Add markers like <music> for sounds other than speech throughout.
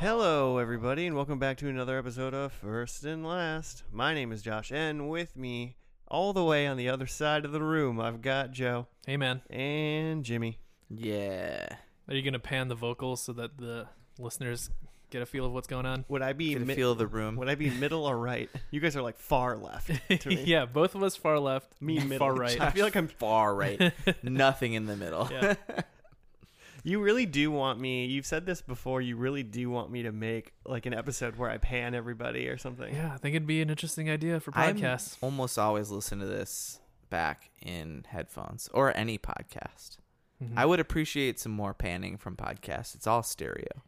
Hello, everybody, and welcome back to another episode of First and Last. My name is Josh, and with me, all the way on the other side of the room, I've got Joe Hey man, and Jimmy. Yeah. are you gonna pan the vocals so that the listeners get a feel of what's going <laughs> on? Would I be Get a mi- feel of the room. would I be middle or right? You guys are like far left. <laughs> To me. yeah, both of us far left, me middle. <laughs> far right. I feel like I'm. <laughs> Far right. Nothing in the middle. Yeah. You really do want me. You've said this before. You really do want me to make like an episode where I pan everybody or something. Yeah, I think it'd be an interesting idea for I'm podcasts. almost always listen to this back in headphones or any podcast. Mm-hmm. I would appreciate some more panning from podcasts. It's all stereo.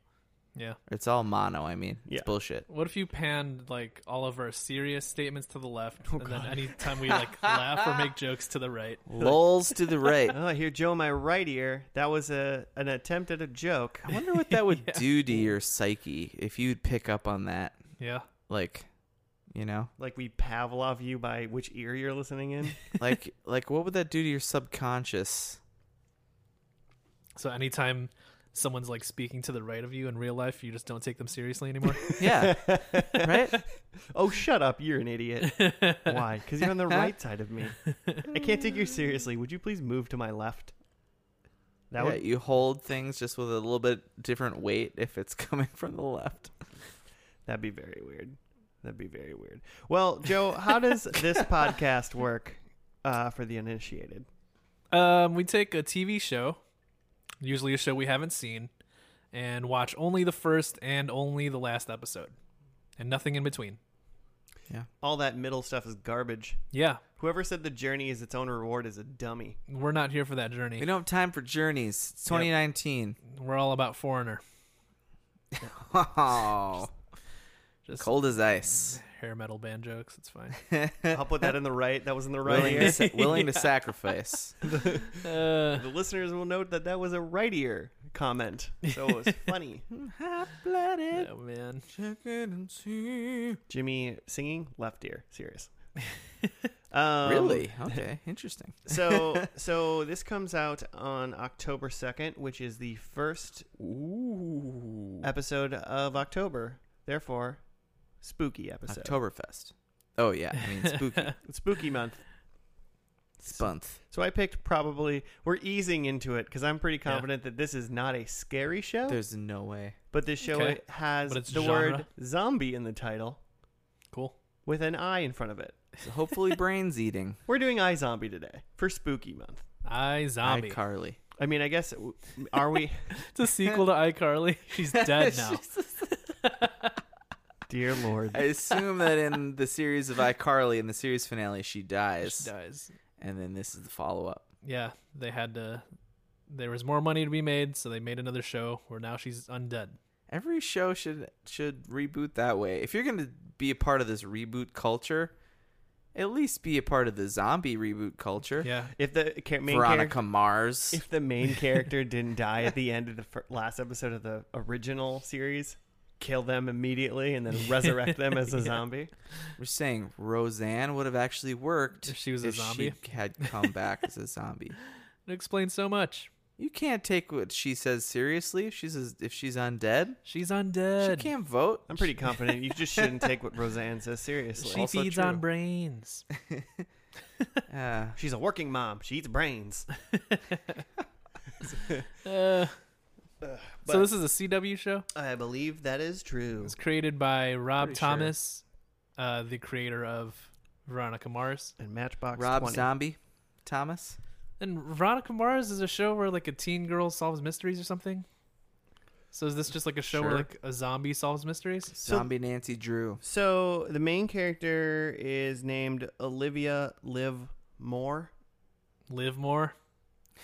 Yeah. It's all mono, I mean. Yeah. It's <laughs> bullshit. What if you panned like all of our serious statements to the left, Oh, and God. then anytime we <laughs> like laugh or make jokes to the right? Lulls to <laughs> the right. Oh, I hear Joe in my right ear. That was a an attempt at a joke. I wonder what <laughs> that would do to your psyche if you'd pick up on that. Yeah, Like, you know? Like we Pavlov you by which ear you're listening in. <laughs> Like like what would that do to your subconscious? So anytime someone's like speaking to the right of you in real life, you just don't take them seriously anymore. <laughs> Yeah. right? Oh, shut up. You're an idiot. <laughs> <laughs> Why? Because you're on the right side of me. I can't take you seriously. Would you please move to my left? That yeah, would. you hold things just with a little bit different weight if it's <laughs> coming from the left. That'd be very weird. That'd be very weird. Well, Joe, how <laughs> does this podcast work uh, for the uninitiated? Um, we take a TV show, usually a show we haven't seen, and watch only the first and only the last episode, and nothing in between. All that middle stuff is garbage. Yeah, Whoever said the journey is its own reward is a dummy. we're not here for that We journey. don't have time for journeys. It's <laughs> 2019. We're all about foreigner. Oh, Just cold as ice. hair metal band jokes. It's fine. I'll put that in the right. That was in the right Willing, to, ear. sa- <laughs> willing to sacrifice. <laughs> Uh, The listeners will note that that was a right ear comment. So it was funny. <laughs> Hot-blooded, oh man. check it and see. Jimmy singing left ear. Serious. <laughs> Um, really? Okay, <laughs> interesting. <laughs> so so this comes out on October 2nd, which is the first Ooh, episode of October. Therefore, spooky episode. Oktoberfest. Oh yeah, I mean <laughs> spooky It's <laughs> spooky month. spunth. So I picked probably we're easing into it cuz I'm pretty confident that this is not a scary show, There's no way. but this show Okay. has But it's the genre? word zombie in the title Cool. with an I in front of it. So hopefully, brains eating. We're doing I Zombie today for spooky month. I zombie. Carly. I mean, I guess w- are <laughs> we it's a sequel to <laughs> iCarly. She's dead now. Dear Lord. I assume that in the series of iCarly, in the series finale, she dies, She dies. and then this is the follow up. Yeah, they had to. There was more money to be made, so they made another show where now she's undead. Every show should should reboot that way. If you're going to be a part of this reboot culture, at least be a part of the zombie reboot culture. Yeah, If the ca- main Veronica character <laughs> Mars. if the <laughs> main character didn't die at the end of the fir- last episode of the original series, kill them immediately and then resurrect them <laughs> as a zombie. We're saying Roseanne would have actually worked If she was a zombie. She had come back as a zombie. it explains so much. You can't take what she says seriously. If she's a, if she's undead, She's undead. she can't vote. I'm pretty confident you just shouldn't take what Roseanne says seriously. She Also feeds true. on brains. <laughs> Uh, She's a working mom. She eats brains. Uh, but- so this is a CW show. I believe that is true. It's created by Rob Pretty sure. Thomas, uh, the creator of Veronica Mars. And Matchbox Rob 20. Zombie, Thomas. And Veronica Mars is a show where like a teen girl solves mysteries or something. So is this just like a show where Sure. like a zombie solves mysteries? So- Zombie Nancy Drew. So the main character is named Olivia Liv Moore. Live more.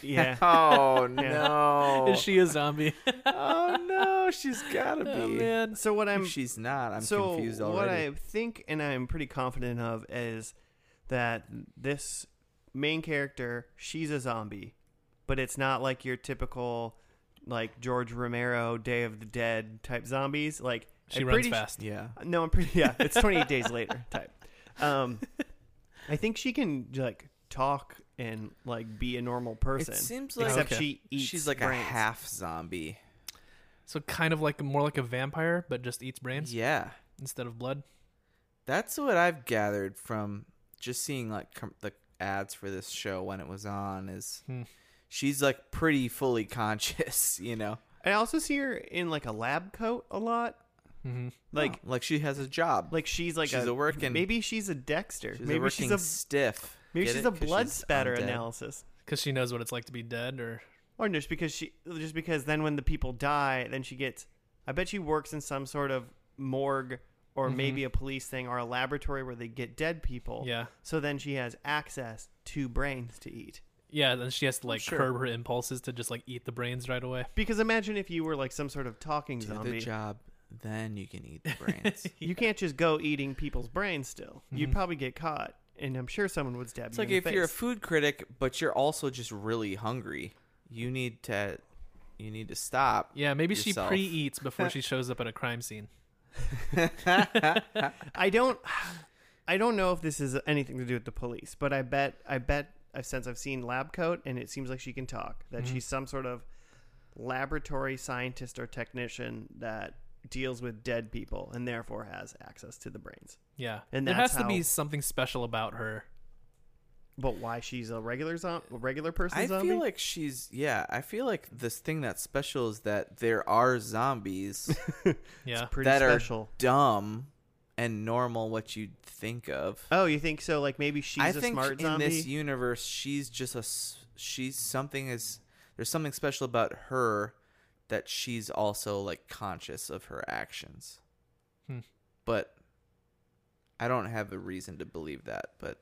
Yeah. Oh Yeah. no. Is she a zombie? oh no, she's gotta <laughs> be. oh man. so what If I'm she's not, I'm so confused what already. I think and I'm pretty confident of is that this main character, she's a zombie, but it's not like your typical like George Romero Day of the Dead type zombies. Like She I'm runs pretty- fast. yeah. No, I'm pretty yeah, it's 28 days later type. Um I think she can like talk and like be a normal person. seems like- except Okay. she eats She's like brains. a half zombie. So kind of like more like a vampire, but just eats brains Yeah. instead of blood. That's what I've gathered from just seeing like com- the ads for this show when it was on is Hmm. she's like pretty fully conscious, <laughs> you know. I also see her in like a lab coat a lot. Mm-hmm. Like Like she has a job. like she's like She's a working- Maybe she's a Dexter. she's maybe a working she's a stiff. maybe Get she's it? a 'Cause blood she's spatter undead. analysis. Because she knows what it's like to be dead, or Or just because she just because then when the people die, then she gets I bet she works in some sort of morgue or Mm-hmm. Mhm. maybe a police thing or a laboratory where they get dead people. yeah, So then she has access to brains to eat. yeah. Then she has to like sure. curb her impulses to just like eat the brains right away. Because imagine if you were like some sort of talking Do the zombie. job, then you can eat the <laughs> brains. You can't just go eating people's brains still. You'd probably get caught and I'm sure someone would stab Mm-hmm. it's you like in if the face. you're a food critic, but you're also just really hungry, you need to you need to stop. Yeah, maybe Yourself. she pre-eats <laughs> before she shows up at a crime scene. I don't <sighs> I don't know if this is anything to do with the police, but I bet I bet uh, since I've seen lab coat and it seems like she can talk that Mm-hmm. she's some sort of laboratory scientist or technician that deals with dead people and therefore has access to the brains. Yeah, And there that's has to how- be something special about her. But why she's a regular zom- a regular person I zombie? feel like she's yeah. I feel like this thing that's special is that there are zombies Yeah, <laughs> Pretty that special. are dumb and normal. What you'd think of? oh, you think so? Like maybe she's I a think smart in zombie. this universe, she's just a s- she's something is there's something special about her that she's also like conscious of her actions, Hmm. but I don't have a reason to believe that. But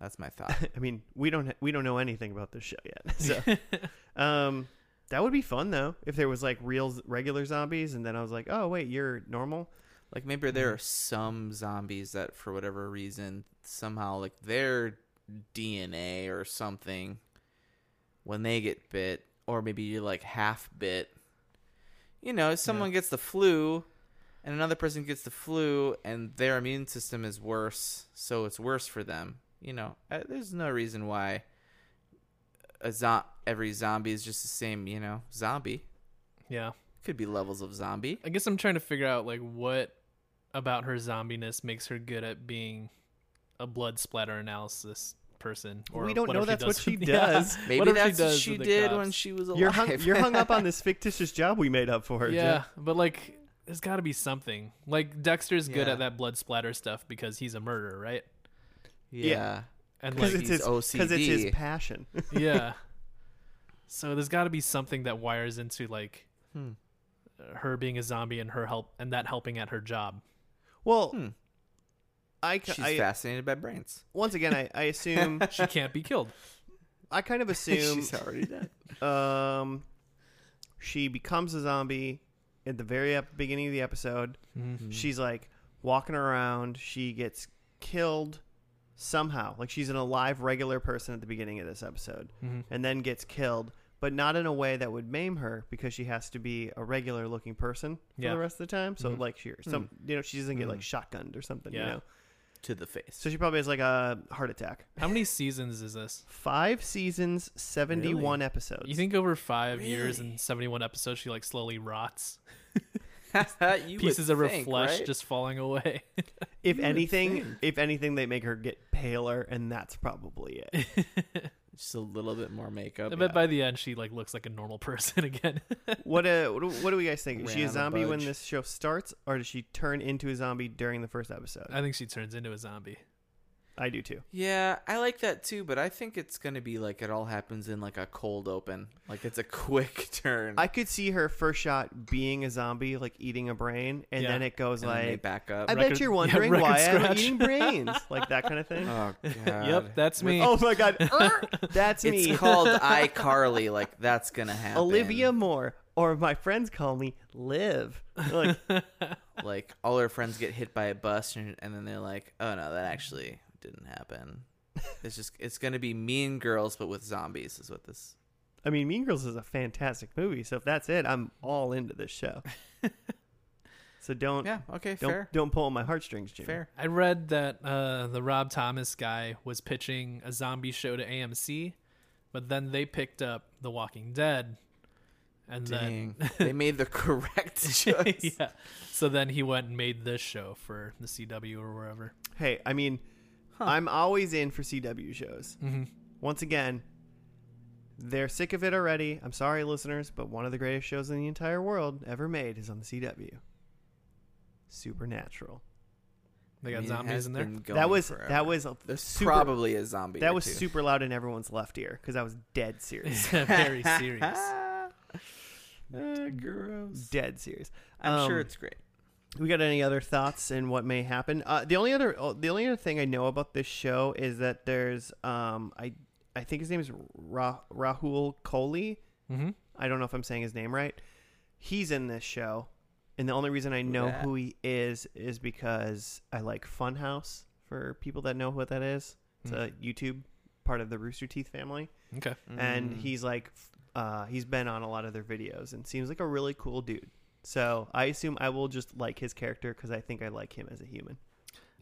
that's my thought. I mean, we don't we don't know anything about this show yet. <laughs> So, um, that would be fun though if there was like real z- regular zombies, and then I was like, oh wait, you're normal. Like maybe there are some zombies that for whatever reason somehow like their DNA or something when they get bit or maybe you're like half bit. You know, if someone gets the flu and another person gets the flu and their immune system is worse, so it's worse for them. You know, uh, there's no reason why a zo- every zombie is just the same, you know, zombie. yeah. Could be levels of zombie. I guess I'm trying to figure out like what about her zombiness makes her good at being a blood splatter analysis person. Or We don't know whatever that's what she with- does. <laughs> Yeah. Maybe Whatever that's what does she with the did when cops. she was alive. You're hung, you're hung <laughs> up on this fictitious job we made up for her. Yeah, Jeff. but like there's got to be something. Like Dexter's good Yeah. at that blood splatter stuff because he's a murderer, right? yeah. And because like it's his he's because it's his OCD. passion. <laughs> yeah. <laughs> So there's got to be something that wires into like Hmm. her being a zombie and her help and that helping at her job. well, Hmm. I, ca- She's I- fascinated by brains. <laughs> once again I, I assume She can't be killed. I kind of assume She's already dead. um she becomes a zombie at the very ep- beginning of the episode. Mhm. She's like walking around. She gets killed somehow. Like she's an alive regular person at the beginning of this episode Mhm. and then gets killed, but not in a way that would maim her because she has to be a regular looking person for Yeah. the rest of the time. So Mhm. like she some you know, she doesn't get like Mm. shotgunned or something, you Yeah. know. to the face. So she probably has like a heart attack. How many seasons is this? 5 seasons, 71 episodes. You think over five years Really? and 71 episodes, she like slowly rots, <laughs> You would pieces of her think, flesh right? just falling away. <laughs> if would anything, think. if anything they make her get paler and that's probably it. just a little bit more makeup. I bet yeah. by the end she like looks like a normal <laughs> person again. What uh, what do- what do we guys think? Is Ran she a on a zombie when budge. this show starts, or does she turn into a zombie during the first episode? I think she turns into a zombie. I do too. yeah, I like that too, but I think it's gonna be like it all happens in like a cold open, like it's a quick <laughs> turn. I could see her first shot being a zombie, like eating a brain, and Yeah. then it goes and then they like, back up. "I Record- bet <laughs> you're yeah, wondering record why I'm scratch. eating brains," like that kind of thing. <laughs> oh god. Yep, that's me. oh my <laughs> god, er, that's It's me, <laughs> called iCarly. Like that's gonna <laughs> happen. Olivia Moore, or my friends call me Liv. Like, Like all her friends get hit by a bus, and, and then they're like, "Oh no, that actually didn't happen." It's just it's gonna be Mean Girls, but with zombies, is what this I mean, Mean Girls is a fantastic movie, so if that's it, I'm all into this <laughs> show. so don't Yeah. Okay. don't Fair. don't pull on my heartstrings, Jimmy. Fair. I read that uh, the Rob Thomas guy was pitching a zombie show to AMC, but then they picked up The Walking Dead and Dang. <laughs> then they made the correct <laughs> choice. yeah. So then he went and made this show for the CW or wherever. Hey, I mean, I'm always in for CW shows. Mm-hmm. Once again, they're sick of it already. I'm sorry, listeners, but one of the greatest shows in the entire world ever made is on the CW. Supernatural. They got I mean, it zombies has in there. <laughs> been that going was forever. that was a There's super, probably a zombie. that or was two. super loud in everyone's left ear because I was dead <laughs> serious, <laughs> <laughs> Very serious. Ah, gross. dead serious. I'm sure Um, it's great. We got any other thoughts and what may happen? Uh, the only other oh, the only other thing I know about this show is that there's um I I think his name is Ra- Rahul Kohli. Mm-hmm. I don't know if I'm saying his name right. He's in this show, and the only reason I know that? who he is is because I like Funhouse. For people that know what that is, it's a YouTube part of the Rooster Teeth family, Okay. and Mm. he's like f- uh, he's been on a lot of their videos and seems like a really cool dude. So I assume I will just like his character because I think I like him as a human.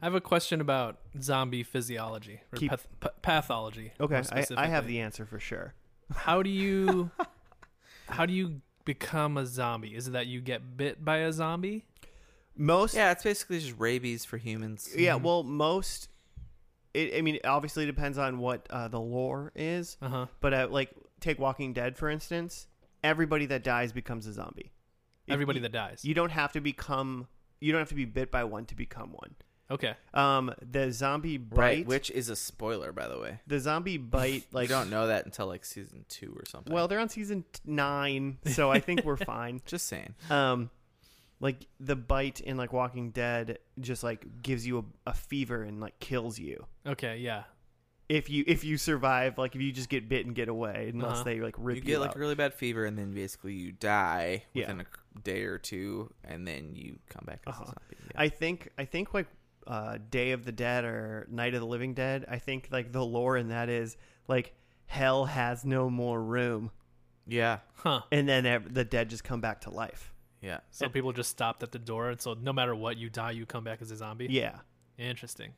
I have a question about zombie physiology or Keep- path- pa- pathology. Okay, I, more I have specifically. the answer for sure. How <laughs> do you how do you become a zombie? Is it that you get bit by a zombie? Most Yeah, it's basically just rabies for humans. Yeah, well, most. It, I mean, it obviously depends on what uh, the lore is, Uh huh. but uh, like take Walking Dead for instance, everybody that dies becomes a zombie. If Everybody you, that dies. you don't have to become, you don't have to be bit by one to become one. okay. Um, the zombie bite, Right, which is a spoiler, by the way. the zombie bite, Like, like <laughs> you don't know that until like season two or something. well, they're on season t- nine, so I think <laughs> we're fine. just saying. um like the bite in like walking dead just like gives you a, a fever and like kills you Okay. Yeah. if you if you survive like if you just get bit and get away unless Uh-huh. they like rip You you, get like out. a really bad fever, and then basically you die Yeah. within a c- day or two, and then you come back as Uh-huh. a zombie. Yeah. i think i think like uh day of the dead or night of the living dead i think like the lore in that is like hell has no more room yeah, Huh. and then ev- the dead just come back to life yeah. So people just stopped at the door, and so no matter what you die, you come back as a zombie. yeah Interesting.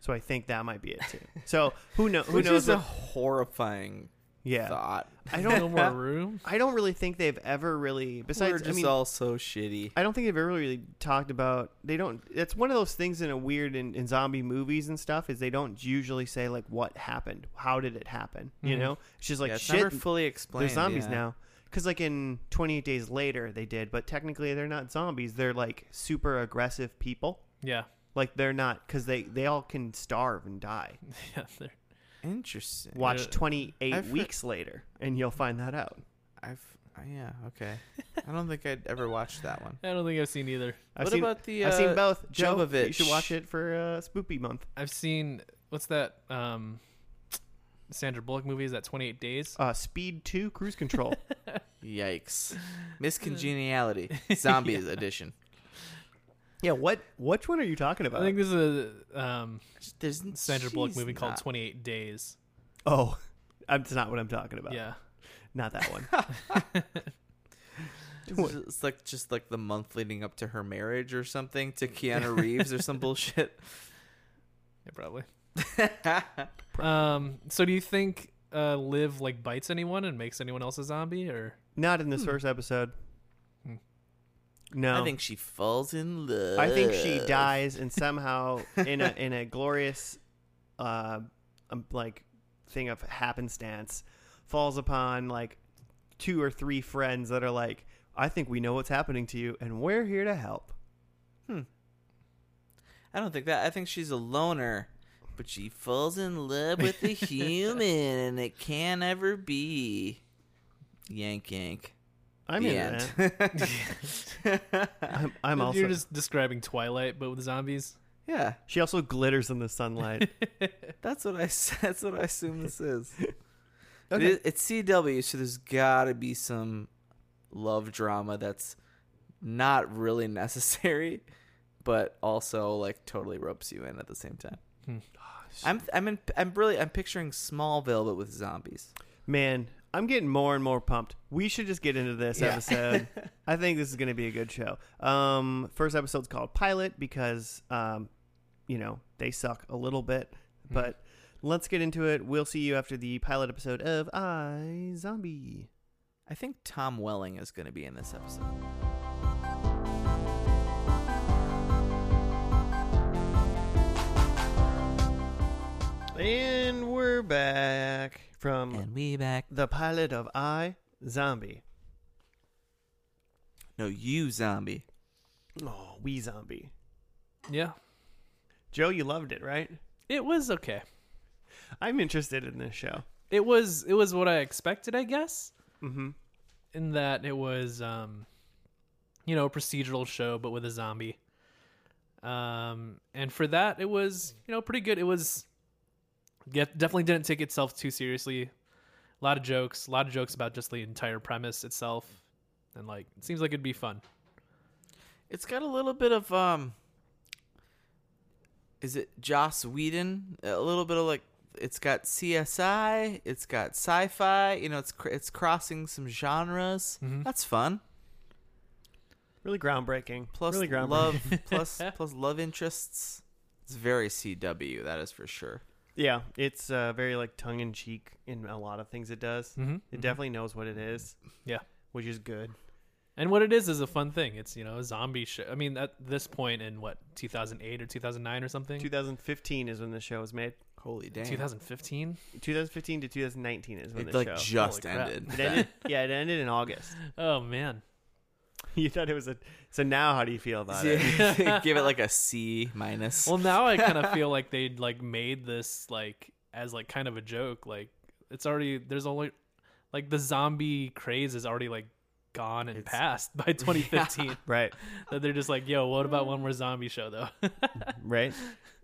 so i think that might be it <laughs> too so who, know, who Which knows is a what- horrifying yeah thought. <laughs> i No don't more <laughs> room. i don't really think they've ever really besides We're just i mean all so shitty. I don't think they've ever really talked about. They don't. It's one of those things in a weird in, in zombie movies and stuff is they don't usually say like what happened, how did it happen. You Mhm. know, it's just like Mm-hmm. yeah, it's shit. never fully explained. They're zombies yeah. now. Because like in 28 Days Later they did, but technically they're not zombies. They're like super aggressive people. Yeah. <laughs> Like they're not because they they all can starve and die. Yeah. There. Interesting. Watch Yeah. 28 I've heard- weeks later and you'll find that out. I've uh, yeah okay. I don't think I'd ever watched that one. I don't think I've seen either. <laughs> I've what seen about the? Uh, I've seen both. Joe, you Jovovich? should watch it for uh, Spoopy Month. I've seen what's that um Sandra Bullock movie? Is that Twenty Eight Days? Uh, Speed 2 Cruise Control. <laughs> Yikes! Miscongeniality, zombies edition. Yeah, what which one are you talking I about? think this is a um, There's Sandra Bullock she's movie called not- Twenty Eight Days. oh, <laughs> that's not what I'm talking about. Yeah. Not that one. It's just- It's like just like the month leading up to her marriage or something to <laughs> Keanu Reeves or some bullshit. Yeah, probably. Um. So do you think uh, Liv like bites anyone and makes anyone else a zombie, or not in this first episode. Hmm. No. I think she falls in love. I think she dies and somehow <laughs> in a in a glorious uh um, like thing of happenstance falls upon like two or three friends that are like I think we know what's happening to you and we're here to help. I don't think that. I think she's a loner, but she falls in love <laughs> with a human, and it can't ever be. Yank yank. I'm the in <laughs> end. that. <laughs> I'm, I'm also you're just describing Twilight but with zombies? <laughs> <laughs> yeah, She also glitters in the sunlight. that's what I. s- <laughs> That's what I assume this is. Okay. It is, it's CW, so there's got to be some love drama that's not really <laughs> necessary, but also like totally ropes you in at the same time. Hmm. I'm I'm in, I'm really I'm picturing Smallville but with zombies. Man, I'm getting more and more pumped. We should just get into this Yeah. episode. I think this is going to be a good show. Um, first episode's called Pilot because, um, you know, they suck a little bit. But let's get into it. We'll see you after the pilot episode of I Zombie. <laughs> I think Tom Welling is going to be in this episode. And we're back from And we back. the pilot of I Zombie. No, you zombie. Oh, we zombie. Yeah, Joe, you loved it, right? it was okay. I'm interested in this show. It was it was what I expected, I guess. Mm-hmm. in that it was um you know a procedural show but with a zombie um and for that it was you know pretty good it was get definitely didn't take itself too seriously a lot of jokes a lot of jokes about just the entire premise itself and like it seems like it'd be fun It's got a little bit of um Is it Joss Whedon? A little bit of like it's got CSI, it's got sci-fi, you know, it's cr- it's crossing some genres. That's fun. Really groundbreaking. Plus really groundbreaking. love plus plus love interests. It's very CW, that is for sure. Yeah, it's uh, very like tongue in cheek in a lot of things it does. Mhm. It definitely knows what it is. Yeah. which is good. and what it is is a fun thing it's you know a zombie show i mean at this point in what 2008 or 2009 or something 2015 is when the show was made. Holy damn. 2015 2015 to 2019 is when it the like show. just Holy crap. ended. it ended, yeah, it ended in <laughs> August. <laughs> oh man You thought it was a. So now, how do you feel <laughs> about it? Give it like a C minus. Well, now I kind of feel like they like made this like as like kind of a joke. Like it's already there's only like the zombie craze is already like gone and passed <laughs> by 2015. Right, That they're just like, yo, what about one more zombie show though? <laughs> right.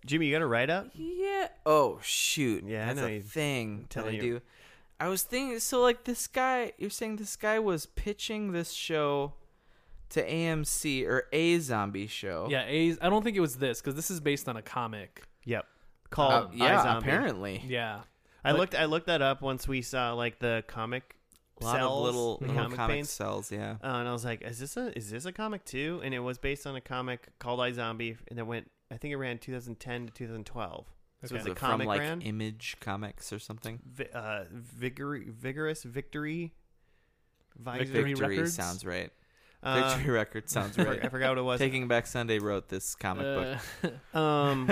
Jimmy, you got a write up. Yeah. Oh shoot. Yeah, I That's know a you- thing that I telling you. do. I was thinking. So like this guy, you're saying this guy was pitching this show to AMC or a zombie show. yeah, A's. I don't think it was this because this is based on a comic. Yep. Called Uh, yeah. iZombie. Apparently, Yeah, I looked. I looked that up once we saw like the comic a lot cells, of little, the little comic, panes. cells. Yeah. Uh, and I was like, "Is this a is this a comic too?" And it was based on a comic called I Zombie, and it went. I think it ran 2010 to 2012. So Okay. it Was was a it from comic like ran. Image Comics or something? vi- uh, vigor- vigorous victory. Visor- Victory Victory Records? sounds right. uh, <laughs> Victory Records sounds I for- I right. forgot what it was. <laughs> Taking Back Sunday wrote this comic book. Uh, <laughs> um,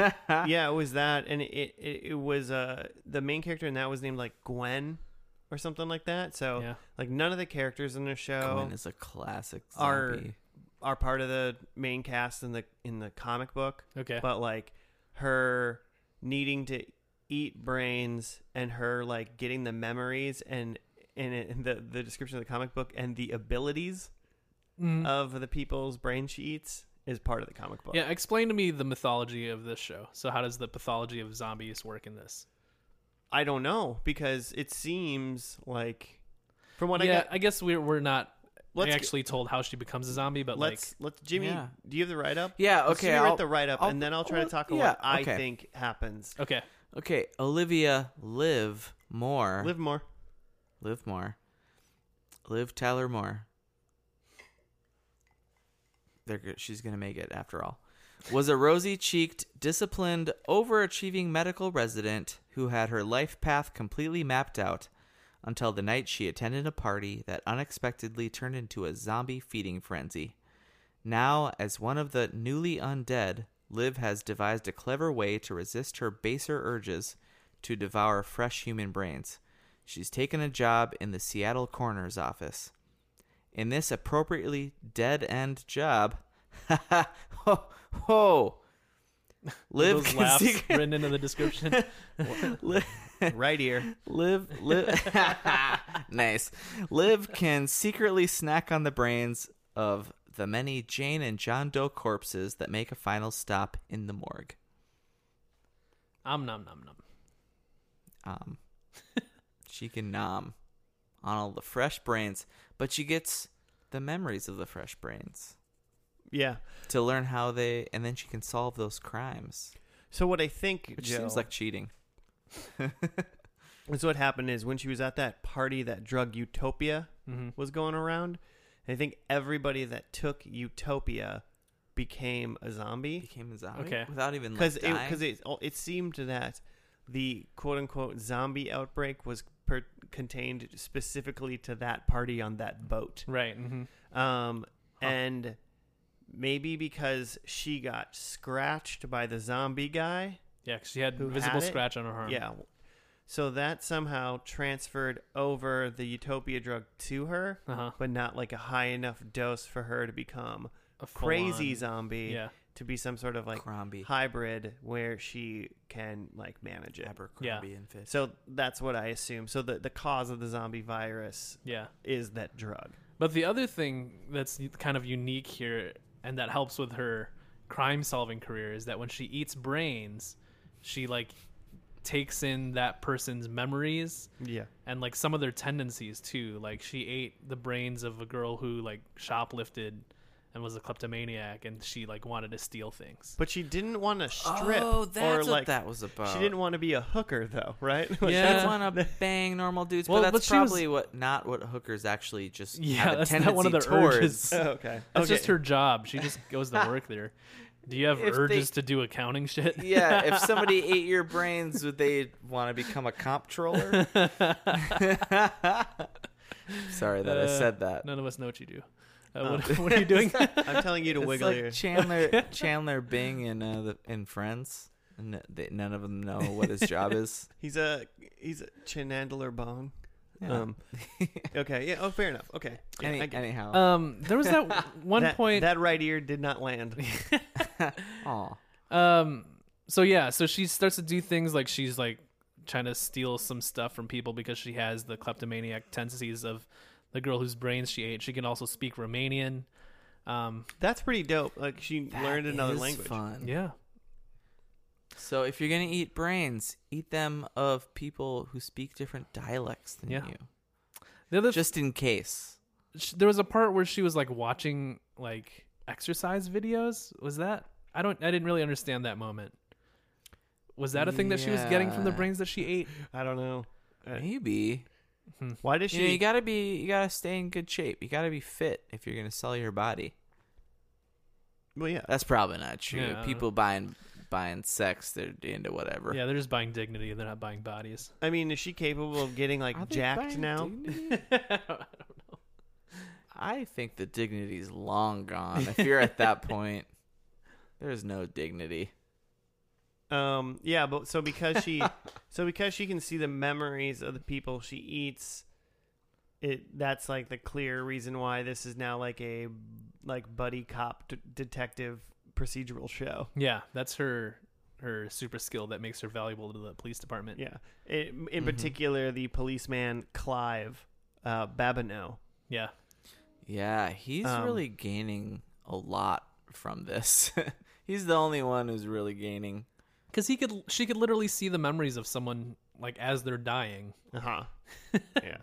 yeah, it was that, and it it, it was uh, the main character, and that was named like Gwen or something like that. So Uh, <laughs> yeah, like none of the characters in the show Gwen is a classic Uh, Our- zombie. are part of the main cast in the in the comic book, okay, but like her needing to eat brains and her like getting the memories and and it, and the the description of the comic book and the abilities Mm. Mm-hmm. of the people's brain she eats is part of the comic book. yeah. Explain to me the mythology of this show. So how does the pathology of zombies work in this? I don't know because it seems like from what yeah, I got. I guess we're we're not Let's get- actually told how she becomes a zombie, but like Let's let's Jimmy. uh, Yeah. Do you have the write up? Yeah, Let's okay, Jimmy I'll- write the write up, I'll- and then I'll try to well, talk about yeah, what I okay. think happens. okay, Okay, Olivia Liv Moore. Live <laughs> more. Liv Moore. Liv Tyler Moore. They're good. She's going to make it after all. Was a rosy cheeked, disciplined, overachieving medical resident who had her life path completely mapped out until the night she attended a party that unexpectedly turned into a zombie feeding frenzy. Now, as one of the newly undead, Liv has devised a clever way to resist her baser urges to devour fresh human brains. She's taken a job in the Seattle coroner's office. In this appropriately dead end job, <laughs> ha ha ho ho, <laughs> Liv those can laughs see- written into the description. Liv- right ear. Liv, <laughs> live, nice. Liv can secretly snack on the brains of the many Jane and John Doe corpses that make a final stop in the morgue. Om nom nom nom. <laughs> Um, she can nom on all the fresh brains, but she gets the memories of the fresh brains Yeah. to learn how they, and then she can solve those crimes, So what I think which Joe, seems like cheating. is what happened is when she was at that party, that drug Utopia Mhm. was going around. I think everybody that took Utopia became a zombie Became a zombie Okay. without even like because dying. because it, it, seemed that the quote unquote zombie outbreak was per- contained specifically to that party on that boat. Right. Mm-hmm. Um, And maybe because she got scratched by the zombie guy. Yeah, 'cause she had Who visible had it? scratch on her arm. Yeah. So that somehow transferred over the Utopia drug to her, Uh huh. but not like a high enough dose for her to become crazy zombie Yeah. to be some sort of like Crombie, hybrid where she can like manage it. Abercrombie and Fitch. So that's what I assume. So the the cause of the zombie virus Yeah. is that drug. But the other thing that's kind of unique here and that helps with her crime solving career is that when she eats brains, she like takes in that person's memories Yeah. and like some of their tendencies too. Like she ate the brains of a girl who like shoplifted and was a kleptomaniac and she like wanted to steal things. But she didn't want to strip oh, or that's like what that was about. she didn't want to be a hooker though, <laughs> right? Like, Yeah. She that's- didn't want to bang normal dudes, Well, but that's but she was- probably what not what hookers actually just Yeah, have a that's not tendency one of their towards. urges. <laughs> Oh, <laughs> okay. That's Okay. just her job. She just goes to work there. Do you have <laughs> If they- urges to do accounting shit? yeah, if somebody ate your brains, would they want to become a comptroller? <laughs> <laughs> Sorry that I Uh, said <laughs> that. None of us know what you do. Uh, Oh. what, what are you <laughs> doing? I'm telling you to It's wiggle like your <laughs> Chandler, Chandler Bing in uh, the, in Friends. N- they, none of them know what his job is. He's a he's a Chandler Bong. <laughs> Yeah. Um Okay, yeah, oh fair enough. Okay. Yeah, I Any, get- anyhow, um, there was <laughs> that one that, point. that right ear did not land. aw. Um, so yeah, so she starts to do things like she's like trying to steal some stuff from people because she has the kleptomaniac tendencies of the girl whose brains she ate. She can also speak Romanian. Um, That's pretty dope. Like she That learned another is language. Fun. yeah, So if you're gonna eat brains, eat them of people who speak different dialects than Yeah. you, the other just in case. sh- there was a part where she was like watching like exercise videos. Was that I don't I didn't really understand that moment. Was that a thing that she was getting from the Yeah. brains that she ate? I don't know. Uh, Maybe Why does you, know, she you gotta be, you gotta stay in good shape. You gotta be fit if you're gonna sell your body. Well, yeah. That's probably not true. Yeah. People buying buying sex, they're into whatever. Yeah, they're just buying dignity. They're not buying <laughs> bodies. I mean, is she capable of getting Are like they jacked buying now? <laughs> dignity? I I think the dignity's long gone. If <laughs> you're at that point, there's no dignity. Um, yeah, but so because <laughs> she, so because she can see the memories of the people she eats, it that's like the clear reason why this is now like a like buddy cop d- detective procedural show. Yeah, that's her her super skill that makes her valuable to the police department. Yeah, it, in Mm-hmm. particular the policeman Clive uh, Babineau. Yeah. Yeah, he's Um, really gaining a lot from this. <laughs> he's the only one who's really gaining. Cuz he could she could literally see the memories of someone like as they're dying. Uh Uh-huh. huh. yeah.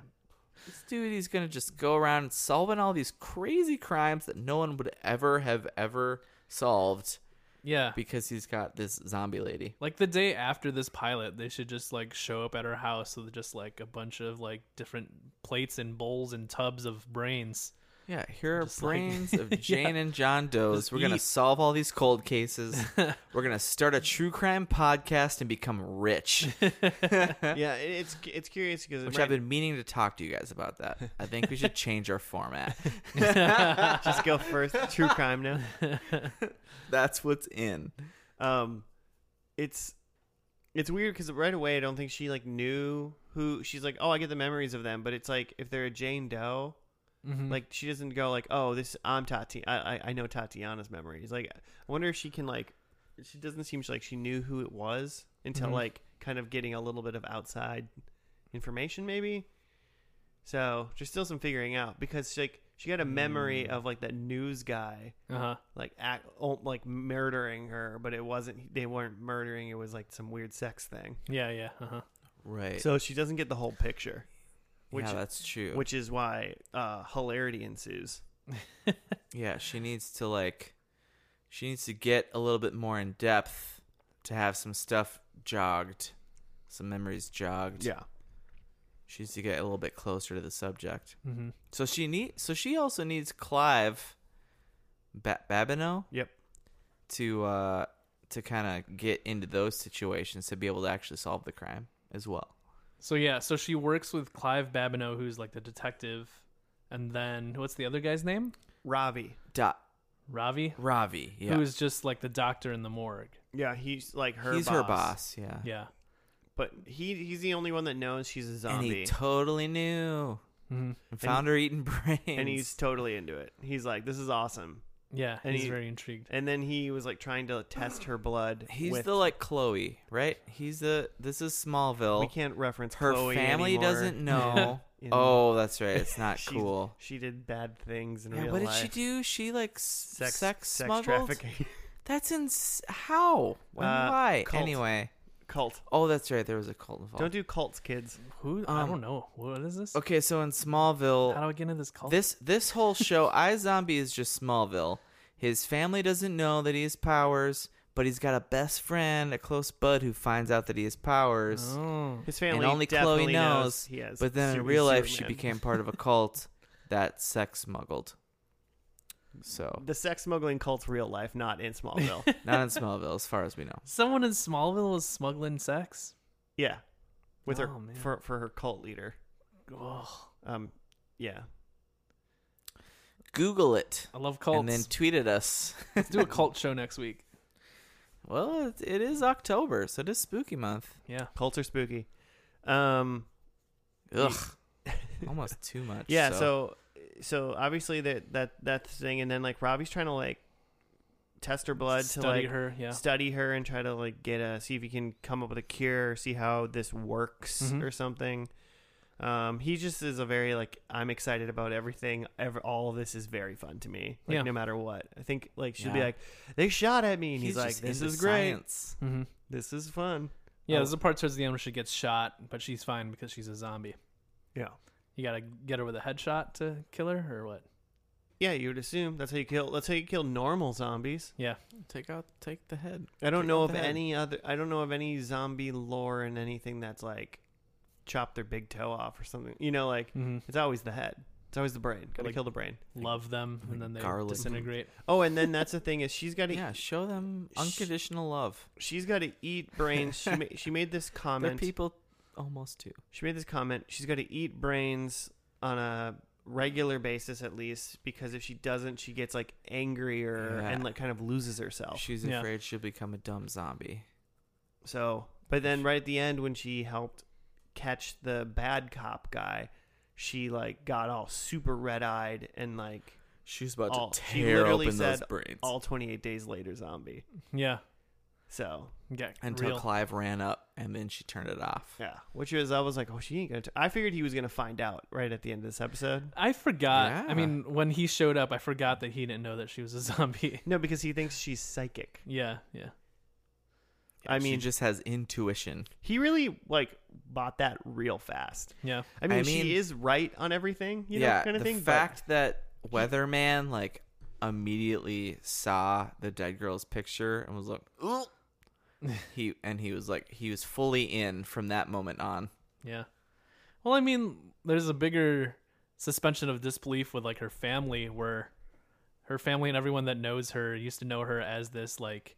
This dude, he's gonna just go around solving all these crazy crimes that no one would ever have ever solved Yeah. because he's got this zombie lady. Like the day after this pilot, they should just like show up at her house with just like a bunch of like different plates and bowls and tubs of brains. <laughs> Yeah, here are Just like- <laughs> brains Yeah. of Jane and John Doe's. Just We're gonna eat. solve all these cold cases. <laughs> We're gonna start a true crime podcast and <laughs> become rich. Mm-hmm. Yeah, it, it's it's curious because it Which might- <laughs> I've been meaning to talk to you guys about that. I think we should <laughs> change our format. <laughs> just go first true crime now. That's what's in. um it's it's weird because right away i don't think she like knew who she's like oh i get the memories of them but it's like if they're a jane doe Mhm. like she doesn't go like oh this i'm tati I, I i know tatiana's memories like i wonder if she can like she doesn't seem like she knew who it was until Mhm. like kind of getting a little bit of outside information maybe so there's still some figuring out because like she got a memory of like that news guy uh-huh. like act, oh, like murdering her, but it wasn't. They weren't murdering. It was like some weird sex thing. Yeah, yeah. Uh-huh. Right. So she doesn't get the whole picture, which yeah, that's true. which is why uh, hilarity ensues. yeah, she needs to like she needs to get a little bit more in depth to have some stuff jogged, some memories jogged. Yeah, She needs to get a little bit closer to the subject. Mhm. So she need so she also needs Clive ba- Babineau Yep. to uh to kind of get into those situations to be able to actually solve the crime as well. So yeah, so she works with Clive Babineau, who's like the detective, and then what's the other guy's name? Ravi. Da- Ravi, Ravi. Yeah. who is just like the doctor in the morgue. Yeah, he's like her. He's boss, her boss. Yeah. Yeah, But he he's the only one that knows she's a And zombie, he totally knew. hmm And found her eating <laughs> brains. and he's totally into it. He's like, "This is awesome." yeah, And he's he- very intrigued. And then he was like trying to test her blood. <gasps> he's with, the like Chloe, right? He's the this is Smallville. We can't reference her Chloe family anymore. <laughs> doesn't know. You know. oh, that's right. It's not She's- cool. She did bad things in Yeah, real what did life. she do? She like sex Sex, sex, sex smuggled. trafficking <laughs> That's in how when Uh, why cult. anyway. cult. Oh, that's right. There was a cult involved. Don't do cults, kids. Who? I um, don't know. What is this? okay, so in How Smallville, do I get into this cult? this this whole show, I Zombie is just Smallville. His family doesn't know that he has powers, but he's got a best friend, a close bud, who finds out that he has powers. Oh. His family and only definitely Chloe knows. he has But then in super- <laughs> real life, she Superman. became part of a cult that sex smuggled. <laughs> So the sex smuggling cult's real life, not in Smallville. <laughs> not in Smallville, as far as we know. Someone in Smallville was smuggling sex. yeah, with her Oh, man. for for her cult leader. Ugh. Um, yeah, Google it I love cults. and then tweet at us. Let's do a cult show next week. <laughs> well, it, it is October, so it is spooky month. Yeah. cults are spooky. Um, Ugh, almost too much. <laughs> yeah. So so obviously that that that thing, and then like Robbie's trying to like test her blood to Study like her. Yeah. study her and try to like get a see if he can come up with a cure, see how this works Mm-hmm. Mhm. or something. Um, he just is a very like I'm excited about everything. Ever all of this is very fun to me. Like Yeah. no matter what, I think like she'll be Yeah. like, they shot at me, and he's, he's, like, just this into is great, science. hmm this is fun. Yeah. Oh. There's a part towards the end where she gets shot, but she's fine because she's a zombie. Yeah, You gotta get her with a headshot to kill her, or what? yeah. You would assume that's how you kill. That's how you kill normal zombies. Take out, take the head. I don't Take know out of the head. any other. I don't know of any zombie lore and anything that's like chop their big toe off or something. You know, like Mm-hmm. it's always the head. It's always the brain. Gotta Like- kill the brain. Love them, and then they Garlic. disintegrate. Oh, and then that's the thing is she's got to <laughs> Yeah, show them Sh- unconditional love. she's got to eat brains. She ma- she made this <laughs> They're comment. people almost too. she made this comment. She's got to eat brains on a regular basis at least because if she doesn't, she gets like angrier Yeah. and like kind of loses herself. She's Yeah. afraid she'll become a dumb zombie. so, but then right at the end when she helped catch the bad cop guy, she like got all super red eyed and like She's about All- she literally said brains. all 28 days later zombie. Yeah. So Yeah. until real. Clive ran up and then she turned it off. yeah, which was I was like, oh, she ain't gonna. T-. I figured he was gonna find out right at the end of this episode. I forgot. Yeah. I mean, when he showed up, I forgot that he didn't know that she was a <laughs> zombie. No, because he thinks she's psychic. yeah. Yeah. I she mean- just has intuition. He really like bought that real fast. Yeah. I mean, I mean- she is right on everything, you yeah, know, kind of the thing. but- fact that Weatherman like immediately saw the dead girl's picture and was like, <laughs> "Ooh," he and he was like, he was fully in from that moment on. Yeah. Well, I mean, there's a bigger suspension of disbelief with like her family, where her family and everyone that knows her used to know her as this like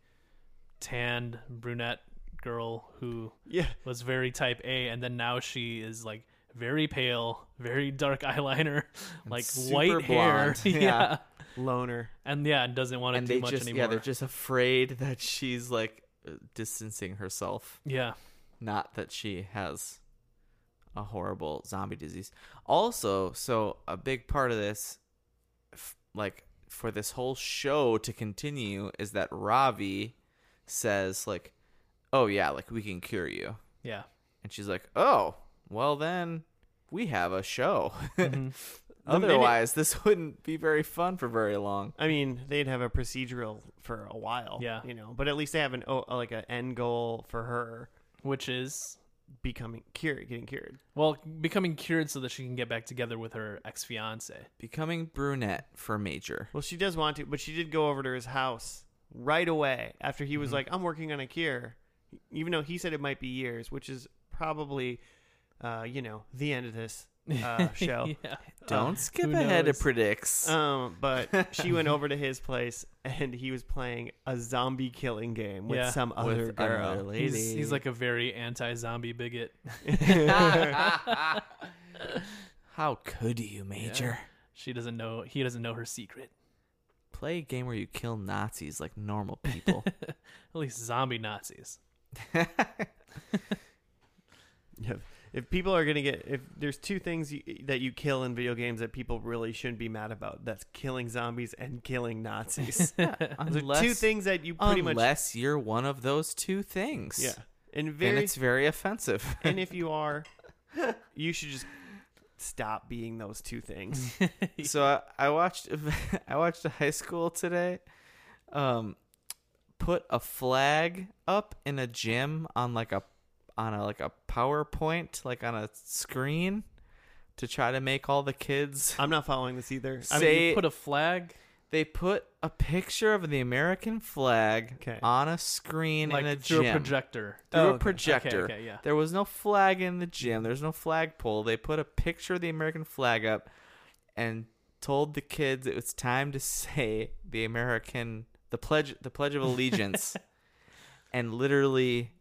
tanned brunette girl who <laughs> yeah, was very type A, and then now she is like very pale, very dark <laughs> eyeliner, like super white hair. blonde. <laughs> Yeah. Yeah. loner. And yeah, and doesn't want to and do they much just anymore. yeah, they're just afraid that she's like uh, distancing herself, yeah. not that she has a horrible zombie disease. Also, so a big part of this, f- like for this whole show to continue, is that Ravi says like, "Oh yeah, like we can cure you," Yeah. and she's like, "Oh, well then." We have a show. <laughs> Mhm. Mm-hmm. The minute- Otherwise, this <laughs> wouldn't be very fun for very long. I mean, they'd have a procedural for a while. Yeah. you know, but at least they have an oh, like an end goal for her <laughs> Which is becoming cured, getting cured. well, becoming cured so that she can get back together with her ex fiance. Becoming brunette for Major. Well, she does want to, but she did go over to his house right away after he Mm-hmm. was like, "I'm working on a cure," even though he said it might be years, which is probably, uh, you know, the end of this <laughs> uh, Oh, show. <laughs> yeah. Don't skip ahead knows? to predicts. Um, but she <laughs> went over to his place and he was playing a zombie killing game with Yeah. some with other girl. another lady. He's, he's like a very anti-zombie bigot. <laughs> How could you, Major? She doesn't know. He doesn't know her secret. Play a game where you kill Nazis like normal <laughs> people. At least zombie Nazis. If, if people are gonna get, if there's two things you, that you kill in video games that people really shouldn't be mad about, that's killing zombies and killing <laughs> Nazis. Those are unless, two things that you pretty much unless you're one of those two things. yeah. And Then very it's very offensive. <laughs> <laughs> and if you are, you should just stop being those two things. <laughs> so I, I watched <laughs> I watched a high school today um put a flag up in a gym on like a on a like a PowerPoint like on a screen to try to make all the kids I'm not following this either. I mean, say Put a flag they put a picture of the American flag Okay. on a screen in a like through gym a projector. through Oh, a okay. projector. Okay, okay, <laughs> yeah. There was no flag in the gym. There's no flagpole. They put a picture of the American flag up and told the kids it was time to say the American the pledge the pledge of <laughs> allegiance. and literally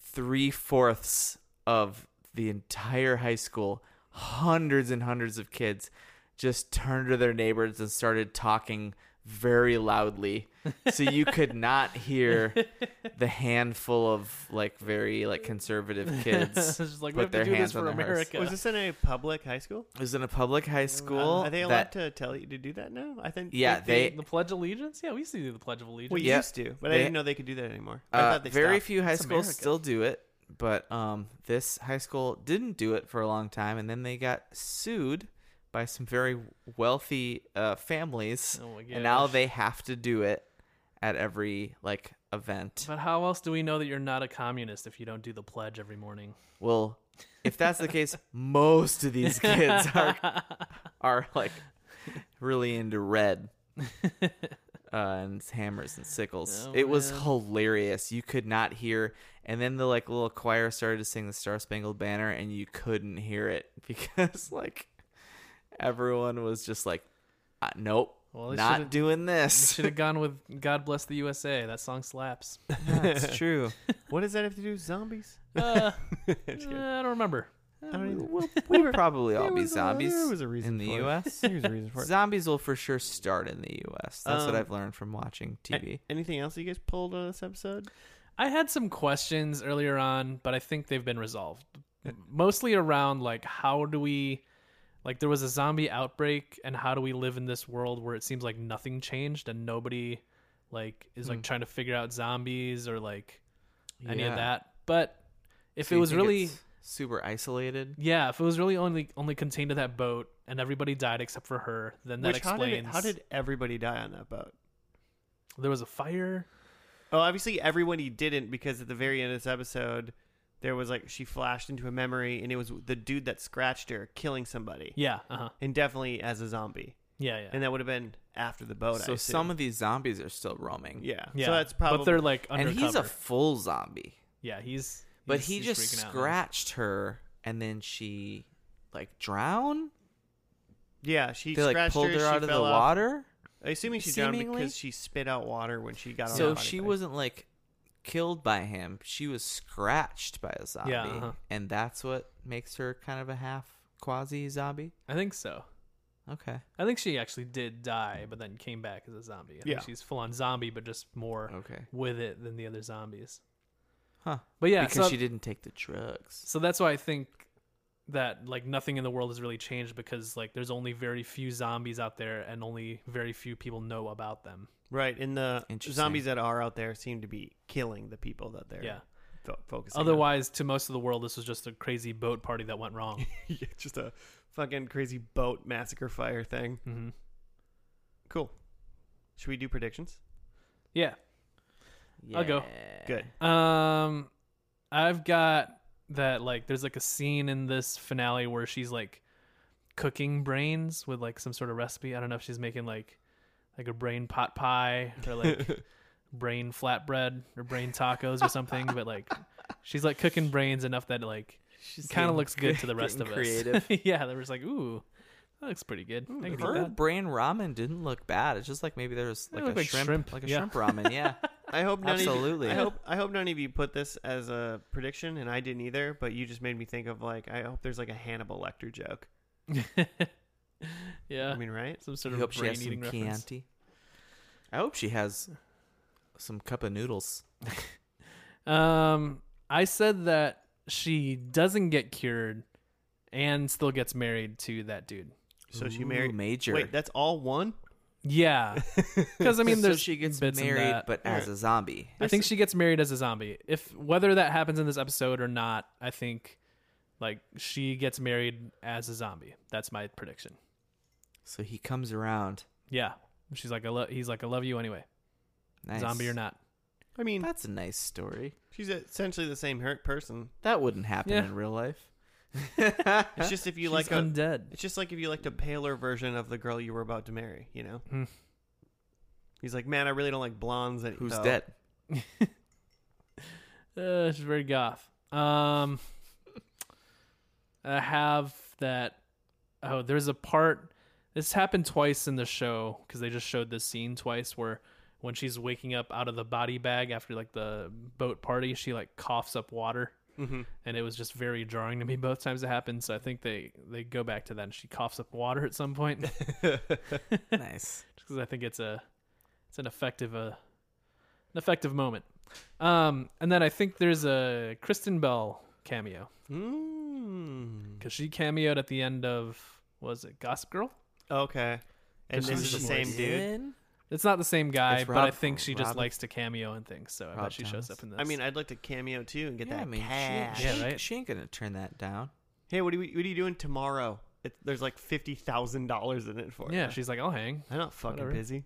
three fourths of the entire high school, hundreds and hundreds of kids, just turned to their neighbors and started talking very loudly. So you could not hear the handful of like very like conservative it's <laughs> <laughs> kids. just like we have Put to their do this hands on for their hearse. America. was this in a public high school? Uh, It was in a public high school. Are they allowed that, to tell you to do that now? I think Yeah, they- the Pledge of Allegiance? Yeah, we used to do the Pledge of Allegiance. we Yeah. used to, but I They- didn't know they could do that anymore. I Uh, thought they very stopped. few high It's schools America. still do it, but um, this high school didn't do it for a long time, and then they got sued by some very wealthy uh, families, Oh my gosh. and now they have to do it at every like event. But how else do we know that you're not a communist if you don't do the pledge every morning? Well, if that's the <laughs> case, most of these kids are are like really into red <laughs> uh, and hammers and sickles. Oh, it was man. hilarious. You could not hear, and then the like little choir started to sing the Star Spangled Banner, and you couldn't hear it <laughs> because like everyone was just like, uh, "Nope, Well, they not should've- doing this." Should have gone with "God Bless the USA." That song slaps. <laughs> That's true. What does that have to do with zombies? <laughs> Uh, I'm just eh, kidding. <laughs> I don't remember. <laughs> I don't either. We'll, we'll probably <laughs> all There be was a- zombies there was a reason in the for it. <laughs> U.S. There's a reason for it. <laughs> Zombies will for sure start in the U.S. That's what Um, I've learned from watching A- TV. anything else you guys pulled on this episode? I had some questions earlier on, but I think they've been resolved. Mostly around like how do we like there was a zombie outbreak and how do we live in this world where it seems like nothing changed and nobody like is like trying to figure out zombies or like any Yeah. of that. But if So it you was think really it's super isolated. yeah, if it was really only only contained to that boat and everybody died except for her, then that Which, how explains did, it- how did everybody die on that boat? there was a fire. Oh, obviously everyone he didn't because at the very end of this episode, there was like she flashed into a memory and it was the dude that scratched her killing somebody, Yeah, uh-huh. and definitely as a zombie, Yeah, yeah. and that would have been after the boat. so I some assume. of these zombies are still roaming. yeah, yeah. so that's probably But they're like and undercover. he's a full zombie, yeah, he's but he's- he he's just freaking out now. scratched her, and then she like drowned. yeah. She they like scratched pulled her, she out of the fell off. water, I assuming she drowned seemingly. because she spit out water when she got on. so the she body bag. wasn't like killed by him. She was scratched by a zombie, uh-huh. and that's what makes her kind of a half quasi zombie. I think so. Okay, I think she actually did die, but then came back as a zombie. I think Yeah. she's full on zombie, but just more okay, with it than the other zombies. Oh. huh? But yeah, because so, she didn't take the drugs. so that's why I think that like nothing in the world has really changed because like there's only very few zombies out there and only very few people know about them. right, and the Interesting. zombies that are out there seem to be killing the people that they're Yeah. fo- focusing. on. Otherwise, to most of the world, this was just a crazy boat party that went <laughs> wrong. <laughs> yeah, just a fucking crazy boat massacre fire thing. hmm Cool. Should we do predictions? Yeah. I'll go. Yeah. Good. Um, I've got that like there's like a scene in this finale where she's like cooking brains with like some sort of recipe. I don't know if she's making like like a brain pot pie <laughs> or like brain flatbread or brain tacos or something, but like she's like cooking brains enough that like kind of looks good to <laughs> the rest of us. <laughs> Creative. yeah, they were just like, ooh, that looks pretty good. I can eat Her that. brain ramen didn't look bad. It's just like maybe there was It like a looked like shrimp, shrimp, like a yeah. shrimp ramen. <laughs> Yeah, I hope none Absolutely. Of you, I hope I hope none of you put this as a prediction, and I didn't either. But you just made me think of like I hope there's like a Hannibal Lecter joke. <laughs> yeah, I mean, right? some sort I of hope she brain has some eating reference. Chianti. I hope she has some cup of noodles. Um, I said that she doesn't get cured and still gets married to that dude. So she Ooh, married. Major. Wait, that's all one. <laughs> Yeah, because I mean, so there's she gets bits in married, that. but as a zombie. I think she gets married as a zombie. If whether that happens in this episode or not, I think like she gets married as a zombie. That's my prediction. So he comes around. Yeah, she's like, I lo- he's like, I love you anyway, Nice. zombie or not. I mean, That's a nice story. she's essentially the same her- person. That wouldn't happen Yeah. in real life. It's just if you like She's a, undead. It's just like if you liked a paler version of the girl you were about to marry, you know? Hmm. He's like, man, I really don't like blondes. That, <laughs> Who's Oh. though." dead? <laughs> Uh, she's very goth. Um, I have that. Oh, there's a part. This happened twice in the show because they just showed this scene twice where when she's waking up out of the body bag after like the boat party, she like coughs up water, Mhm. and it was just very jarring to me both times it happened. So I think they they go back to that and she coughs up water at some point nice. because I think it's a it's an effective uh, an effective moment. Um, and then I think there's a Kristen Bell cameo Mm. because she cameoed at the end of was it Gossip Girl? Okay. And Just this is listen the to same voice. dude? It's not the same guy, It's but I Rob- think she just Rob- likes to cameo and things. So I Rob bet she Thomas. shows up in this. I mean, I'd like to cameo too and get Yeah, that I mean, cash. she, Yeah, she, right? she ain't gonna turn that down. Hey, what are, you, what are you doing tomorrow? It, there's like $50,000 in it for yeah, you. she's like, I'll hang. I'm not fucking Whatever. <laughs> busy.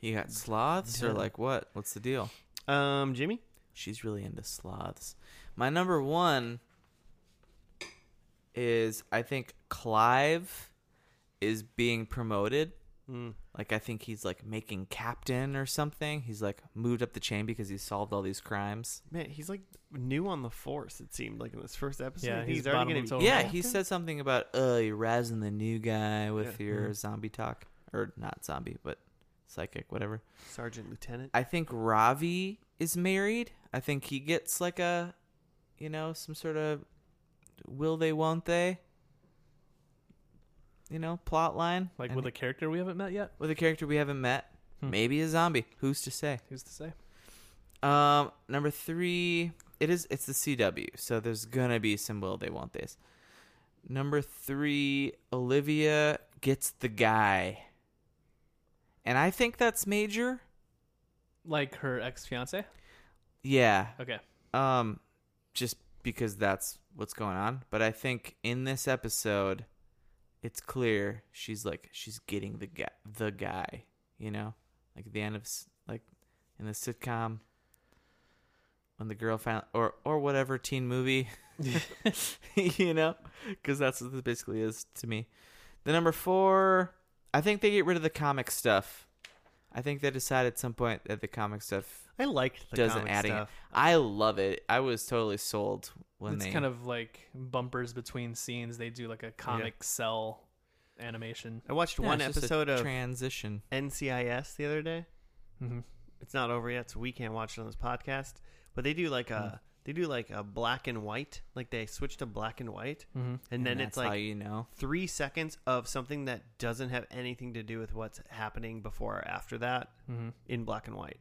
You got sloths or Done. like what? What's the deal? Um, Jimmy? She's really into sloths. My number one is I think Clive is being promoted. Mm. Like I think he's like making captain or something. He's like moved up the chain because he solved all these crimes. Man, he's like new on the force, it seemed like in this first episode. Yeah, I think he's he's, already bottom going of to total. be. yeah, captain? he said something about uh you're razzing the new guy with Yeah. your zombie talk or not zombie but psychic whatever. Sergeant Lieutenant. I think Ravi is married. I think he gets like a, you know, some sort of will they, won't they, you know, plot line. Like And with a character we haven't met yet. with a character we haven't met. Hmm. Maybe a zombie. Who's to say? Who's to say? Um, number three, it is it's the CW, so there's gonna be some will they won't this. Number three, Olivia gets the guy, and I think that's major. Like her ex fiance. Yeah, Okay. Um, just because that's what's going on. But I think in this episode, it's clear she's like she's getting the guy, the guy. You know, like at the end of s- like in the sitcom when the girl found or or whatever teen movie. <laughs> you know, because that's what this basically is to me. The number four, I think they get rid of the comic stuff. I think they decide at some point that the comic stuff I liked the doesn't comic adding stuff. it. I love it. I was totally sold when it's they kind of like bumpers between scenes. They do like a comic cell animation. I watched Yeah, one it's just a episode of transition. NCIS the other day. Mm-hmm. It's not over yet, so we can't watch it on this podcast. But they do like a Hmm. they do like a black and white, like they switch to black and white, Mm-hmm. and, then it's that's how like <laughs> you know. three seconds of something that doesn't have anything to do with what's happening before or after that Mm-hmm. in black and white.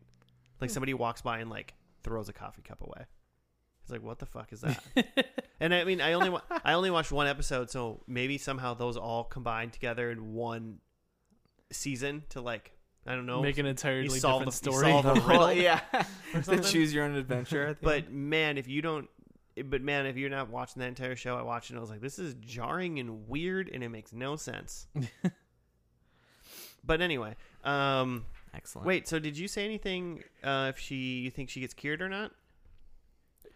Like Hmm. somebody walks by and like throws a coffee cup away. It's like what the fuck is <laughs> that? and I mean, I only wa- I only watched one episode, so maybe somehow those all combined together in one season to like I don't know Make an entirely you different solve the- you story. <laughs> solve the riddle. <laughs> yeah, <laughs> the Oh, something. choose your own adventure. I think. But man, if you don't, but man, if you're not watching that entire show, I watched it and I was like, this is jarring and weird and it makes no <laughs> sense. but anyway, um, excellent. wait, so did you say anything uh, if she, you think she gets cured or not?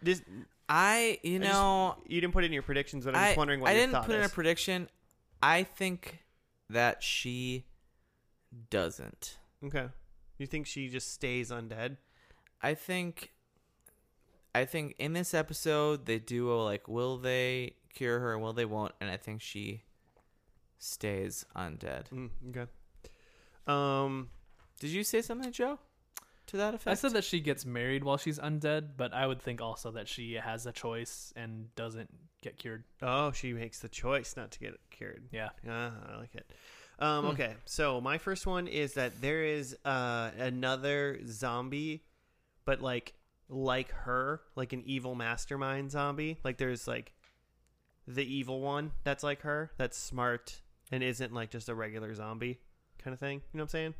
This, I you I just- know you didn't put in your predictions, but I'm I just wondering what I your didn't thought put in a is. prediction. I think that she doesn't. okay. You think she just stays undead? I think I think in this episode they do a, like will they cure her and will they won't, and I think she stays undead. Mm, okay. Um, Did you say something, Joe, to that effect? I said that she gets married while she's undead, but I would think also that she has a choice and doesn't get cured. oh, she makes the choice not to get cured. Yeah. Ah, I like it. Um, Okay, so my first one is that there is uh, another zombie, but like like her, like an evil mastermind zombie. Like there's like the evil one that's like her, that's smart and isn't like just a regular zombie kind of thing. You know what I'm saying?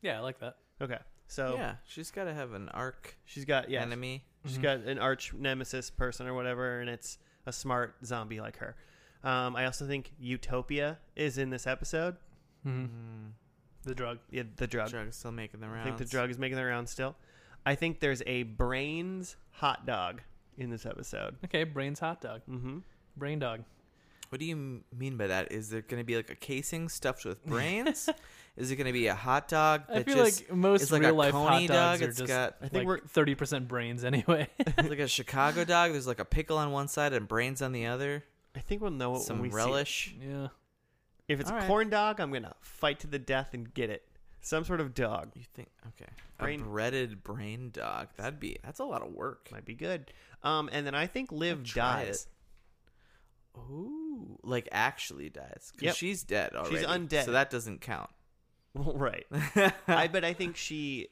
Yeah, I like that. Okay, so yeah, she's got to have an arc she's got yeah, enemy. She's got an arch nemesis person or whatever, and it's a smart zombie like her. Um, I also think Utopia is in this episode. Mm-hmm. Mm, The drug. Yeah, the drug. drug's still making the Mm-hmm. I rounds. think the drug is making the rounds still. I think there's a brains hot dog in this episode. Okay, brains hot dog. Mm-hmm. Brain dog. What do you m- mean by that? Is there going to be like a casing <laughs> stuffed with brains? is it going to be a hot dog? I That feel just, like most it's like a real life hot coney dogs dog. are It's just got- I think like we're- thirty percent brains <laughs> anyway. it's <laughs> like a Chicago dog. There's like a pickle on one side and brains on the other. I think we'll know it Some when we see relish. yeah. it. If it's All a right. corn dog, I'm gonna fight to the death and get it. Some sort of dog You think? Okay, Brain- a breaded brain dog. That'd be. That's a lot of work. might be good. Um, and then I think Liv Try dies. it. Ooh, like actually dies. 'Cause Yep. she's dead already. undead. so that doesn't count. Well, <laughs> right. <laughs> I but I think she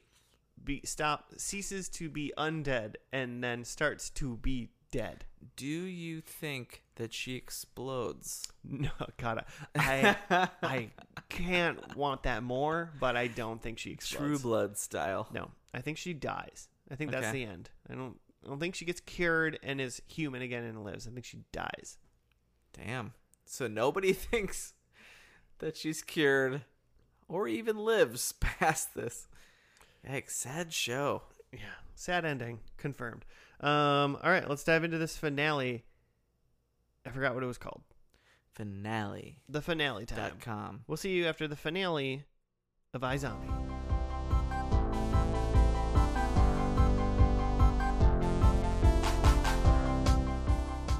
be stop ceases to be undead and then starts to be dead. <laughs> Do you think that she explodes? No, God, <laughs> I I can't want that more, but I don't think she explodes. True Blood style. No, I think she dies. I think that's Okay. the end. I don't. I don't think she gets cured and is human again and lives. I think she dies. Damn. So nobody <laughs> thinks that she's cured or even lives <laughs> past this. Yikes, sad show. Yeah, sad ending confirmed. Um, all right, let's dive into this finale. I forgot what it was called. Finale.com. The finale time. We'll see you after the finale of iZombie.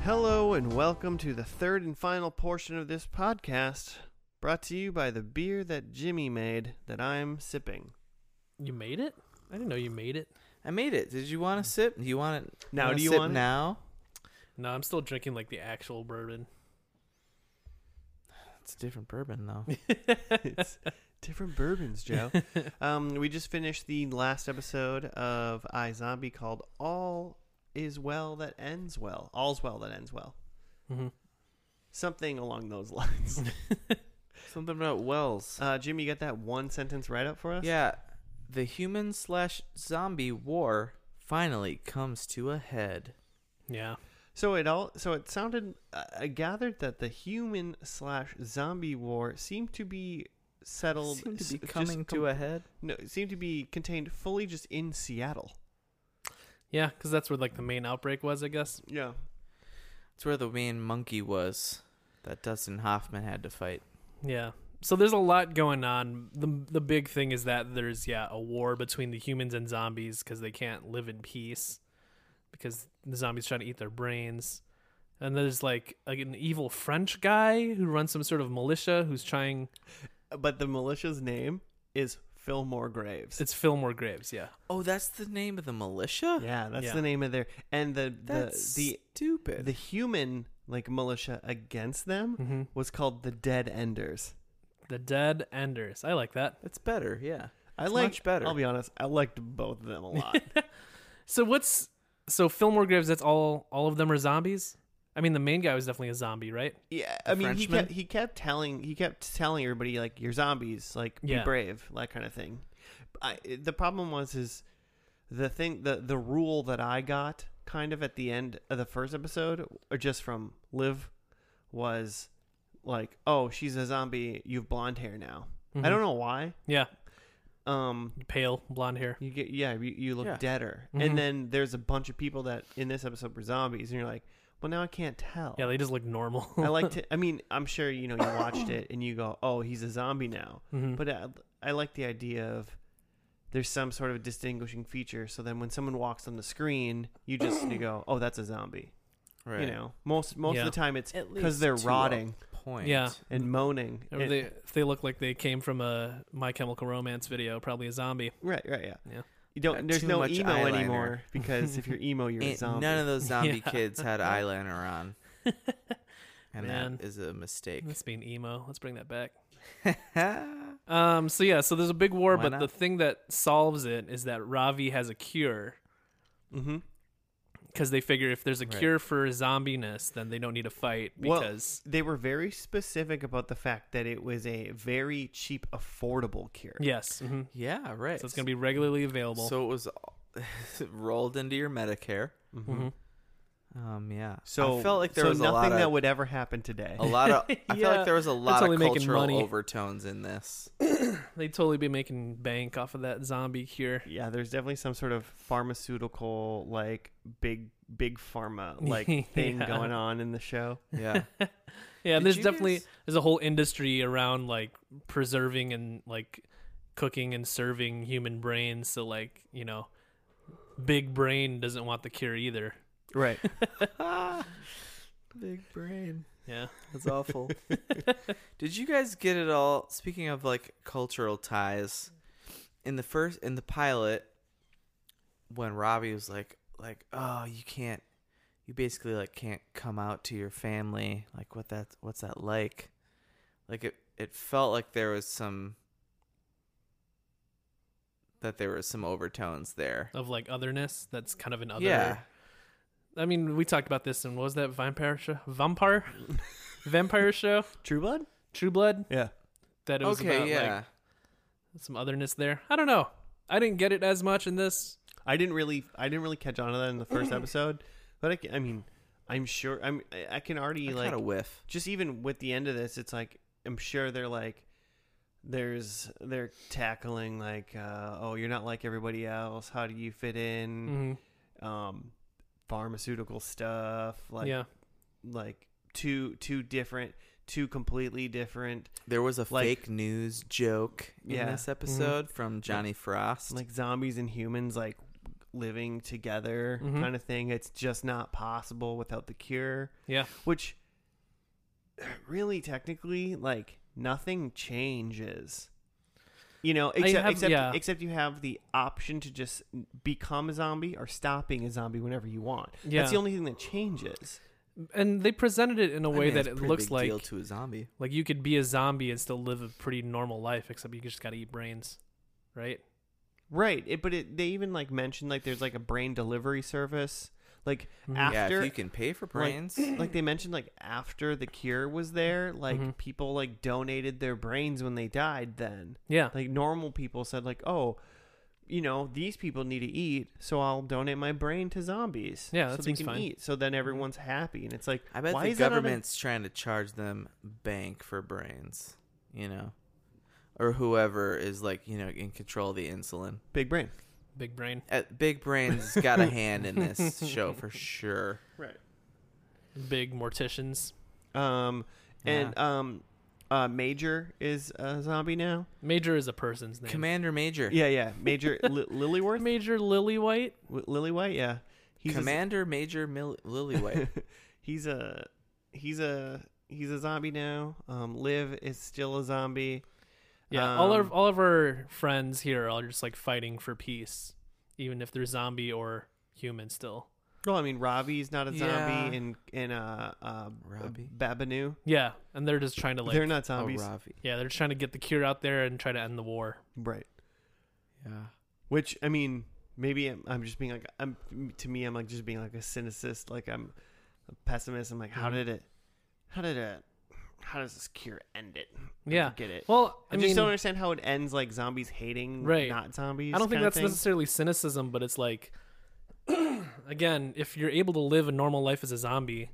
Hello and welcome to the third and final portion of this podcast, brought to you by the beer that Jimmy made that I'm sipping. You made it? I didn't know you made it. I made it. Did you want to sip? Do you want it Now, wanna do you sip want it? now? No, I'm still drinking like the actual bourbon. It's a different bourbon <laughs> though. <laughs> It's different bourbons, <laughs> Joe. um, we just finished the last episode of iZombie called All Is Well That Ends Well. All's Well That Ends Well. hmm Something along those <laughs> <laughs> lines. Something about Wells. Uh, Jim, you got that one sentence right up for us? Yeah. The human slash zombie war finally comes to a head. Yeah. So it all. So it sounded. I I gathered that the human slash zombie war seemed to be settled. Seem to s- be just coming com- to a head. No, it seemed to be contained fully just in Seattle. Yeah, because that's where like the main outbreak was, I guess. Yeah. It's where the main monkey was that Dustin Hoffman had to fight. Yeah. So there's a lot going on. The the big thing is that there's yeah, a war between the humans and zombies cuz they can't live in peace because the zombies try to eat their brains. And there's like a- an evil French guy who runs some sort of militia who's trying But the militia's name is Fillmore Graves. it's Fillmore Graves, yeah. Oh, that's the name of the militia? <laughs> yeah, that's Yeah. the name of their and the That's the the stupid. the human like militia against them Hmm. Mhm. was called the Dead Enders. The Dead Enders. I like that. That's better, yeah. I It's liked much better. I'll be honest. I liked both of them a <laughs> lot. So what's so Fillmore Graves that's all all of them are zombies? I mean the main guy was definitely a zombie, right? Yeah, I mean, he Frenchman? kept he kept telling he kept telling everybody like you're zombies, like be Yeah. brave, that kind of thing. I, the problem was is the thing the the rule that I got kind of at the end of the first episode, or just from Liv, was like, oh, she's a zombie. You have blonde hair now. I Mm-hmm. don't know why. Yeah. Um, Pale, blonde hair. you get yeah, you, you look Yeah. deader, Mhm. and then there's a bunch of people that in this episode were zombies, and you're like, well, now I can't tell. Yeah, they just look normal. I like to. I mean, I'm sure you know you watched it and you go, "Oh, he's a zombie now." Mhm. But I, I like the idea of there's some sort of distinguishing feature. So then when someone walks on the screen, you just you go, oh, that's a zombie. Right. You know, most most Yeah. of the time it's At because they're least to a rotting Point. Yeah. and moaning. Or And- they, if they look like they came from a My Chemical Romance video, probably a <laughs> zombie. right, right, yeah. Yeah. You Got don't. There's too no much emo eyeliner. anymore because if you're emo, you're a Ain't zombie. none of those <laughs> zombie Yeah. kids had eyeliner on. And Man. that is a mistake. That's being emo. Let's bring that back. That's Um. So yeah. So there's a big war, Why but not? the thing that solves it is that Ravi has a cure mm-hmm. because they figure if there's a Right. cure for zombiness, then they don't need to fight Well, because They were very specific about the fact that it was a very cheap, affordable cure. yes, mhm. <laughs> yeah, right. so it's gonna be regularly available. So it was all- <laughs> rolled into your Medicare. Mm-hmm. Mhm. Um, yeah. So I felt like there so was a nothing lot of that would ever happen today. a lot <laughs> of. I felt Yeah, like there was a lot only of making cultural money. overtones in this. They'd totally be making bank off of that zombie cure. Yeah, there's definitely some sort of pharmaceutical like big big pharma like thing Yeah. going on in the show. <laughs> Yeah. Yeah, Did there's you definitely guys- there's a whole industry around like preserving and like cooking and serving human brains. So like you know, big brain doesn't want the cure either. <laughs> Right. Big brain. <laughs> Yeah. That's awful. Did you guys get it all? Speaking of like cultural ties, in the first in the pilot, when Robbie was like, like, oh, you can't, you basically like can't come out to your family. Like, what that? What's that like? Like it. It felt like there was some. That there was some overtones there. Of like otherness, that's kind of an other. yeah, I mean, we talked about this, and what was that vampire show? <laughs> Vampire, vampire show, True Blood? True Blood. Yeah. That it was okay, about yeah. like some otherness there. I don't know. I didn't get it as much in this. I didn't really I didn't really catch on to that in the first episode, but I, ca- I mean, I'm sure I'm I- I can already I like caught a whiff. just even with the end of this, it's like I'm sure they're like there's they're tackling like uh, oh you're not like everybody else how do you fit Mm, in Mhm. um pharmaceutical stuff like yeah, like two two different two completely different There was a Like- fake news joke in Yeah. Mm-hmm. this episode from Johnny Frost. like zombies and humans like living together Mhm. kind of thing it's just not possible without the cure yeah. which <sighs> really technically like nothing changes you know except have- except, yeah. except you have the option to just become a zombie or stop being a zombie whenever you want Yeah. that's the only thing that changes And they presented it in a I way mean, that it's a it pretty looks big like deal to a zombie. like you could be a zombie and still live a pretty normal life, except you just got to eat brains, right? right it, but it, they even like mentioned like there's like a brain delivery service like Mhm. Yeah, after yeah, if you can pay for brains, <clears throat> like they mentioned like after the cure was there like Mhm. people like donated their brains when they died then Yeah, like normal people said like oh you know these people need to eat so i'll donate my brain to zombies Yeah, so that they seems can fine. Mm-hmm. eat so then everyone's happy and it's like I bet why the is that on a- government's trying to charge them bank for brains, you know, or whoever is like you know in control of the insulin. big brain big brain, At Big Brains has got a hand in this show <laughs> for sure. right big morticians. um and um uh major is a zombie now Major is a person's name. Commander Major, yeah yeah major Li- lilyworth Major Lily White. W- lilywhite yeah he's a- Commander Major Mil- Lilywhite. <laughs> he's a he's a he's a zombie now. Um, Liv is still a zombie. Yeah, all Um, of all of our friends here are all just like fighting for peace, even if they're zombie or human still. Well, I mean, Robbie's not a zombie, Yeah. and and uh, uh Robbie? Babanu. Yeah, and they're just trying to like They're not oh, zombies, Ravi. yeah, they're just trying to get the cure out there and try to end the war. right? Yeah. Which I mean, maybe I'm, I'm just being like I'm to me, I'm like just being like a cynicist, like I'm a pessimist. I'm like, how Mhm. did it? How did it? How does this cure end it? I Yeah. don't get it. Well, I, I, just mean, don't understand how it ends. Like zombies hating, Right. Not zombies. I don't think kinda that's thing. necessarily cynicism, but it's like, <clears throat> again, if you're able to live a normal life as a zombie,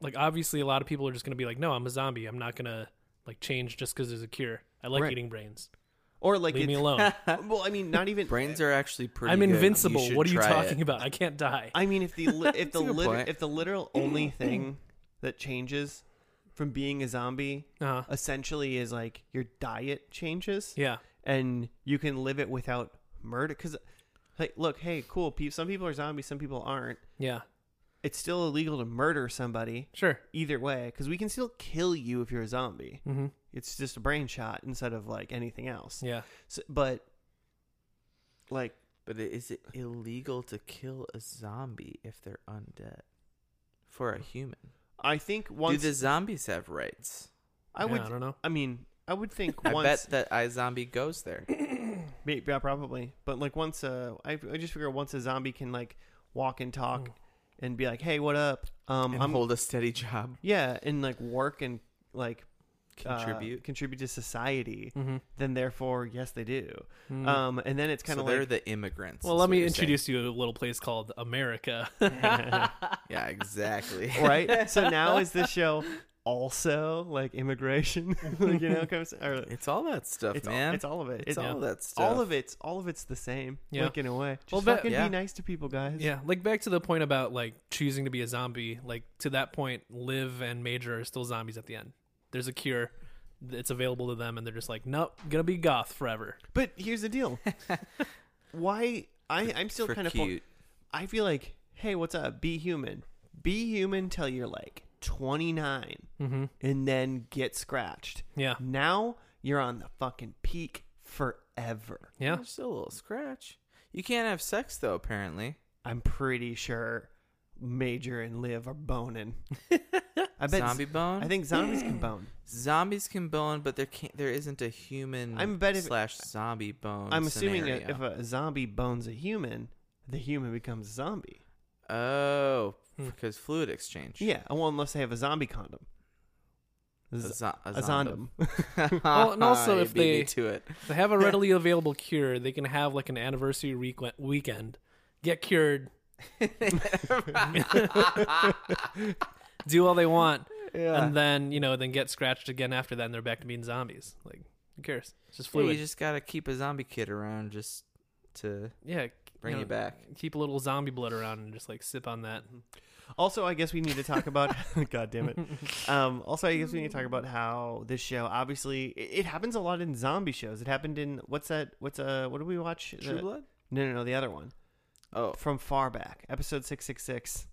like obviously a lot of people are just going to be like, no, I'm a zombie. I'm not going to like change just because there's a cure. I like Right. eating brains. Or like Leave me it's- <laughs> alone. Well, I mean, not even <laughs> Brains are actually pretty. I'm good. You invincible. should What are you try it. talking about? I can't die. I mean, if the <laughs> li- if the a good liter- point. if the <clears throat> literal only thing that changes from being a zombie Uh, essentially is like your diet changes yeah. and you can live it without murder because like look hey cool pe- some people are zombies some people aren't Yeah. it's still illegal to murder somebody Sure. either way because we can still kill you if you're a zombie Mm-hmm. it's just a brain shot instead of like anything else Yeah. so, but like But i- is it illegal to kill a zombie if they're undead? For a human, i think once do the zombies have rights? i would I don't know. I mean, I would think <laughs> I once, bet that iZombie goes there. may- yeah, probably, but like once, uh, I, I just figure once a zombie can like walk and talk and be like, "Hey, what up?" Um, Hmm. and I'm hold a steady job, <laughs> yeah, and like work and like uh, contribute. contribute to society. Mm-hmm. Then therefore, yes, they do. Um, and then it's kind Hmm. of so they're like the immigrants. Well, is let what me you're saying. introduce you to a little place called America. <laughs> <laughs> Yeah, exactly. <laughs> right. so now is the show also like immigration? <laughs> like, you know, comes or it's all that stuff, it's man. all, it's all of it. It's It- all that stuff. all of it's all of it's the same. Yeah. Like in a way, just Well, but- fucking yeah. be nice to people, guys. yeah, like back to the point about like choosing to be a zombie. Like to that point, Liv and Major are still zombies at the end. There's a cure. It's available to them, and they're just like, nope, gonna be goth forever. But here's the <laughs> deal. Why I I'm still for kind of cute. I feel like hey, what's up? Be human. Be human till you're like 29 Mm-hmm. and then get scratched. Yeah, Now you're on the fucking peak forever. yeah. There's still a little scratch. You can't have sex though. Apparently, I'm pretty sure Major and Liv are boning. I bet zombie bone. I think zombies can <clears throat> bone. zombies can bone, but there can't. There isn't a human I'm bet if- slash zombie bone. I'm assuming that scenario. if a zombie bones a human, the human becomes a zombie. oh, because fluid exchange. Hmm. Yeah, well, unless they have a zombie condom. a, Z- zo- a a zondom. <laughs> zondom. Well, and also You if beat me they- to <laughs> it, If they have a readily available cure, they can have like an anniversary week- weekend, get cured, <laughs> do all they want, and then you know, then get scratched again after that, and they're back to being zombies. Like, who cares? It's just Yeah, you fluid. just gotta keep a zombie kid around just to Yeah, c- bring you you know, back. Keep a little zombie blood around and just like sip on that. Also, I guess we need to talk about. <laughs> God damn it. Um, also, I guess we need to talk about how this show obviously it, it happens a lot in zombie shows. It happened in what's that? What's uh? What did we watch? True The- Blood. No, no, no, the other one Oh, from far back, episode six six six.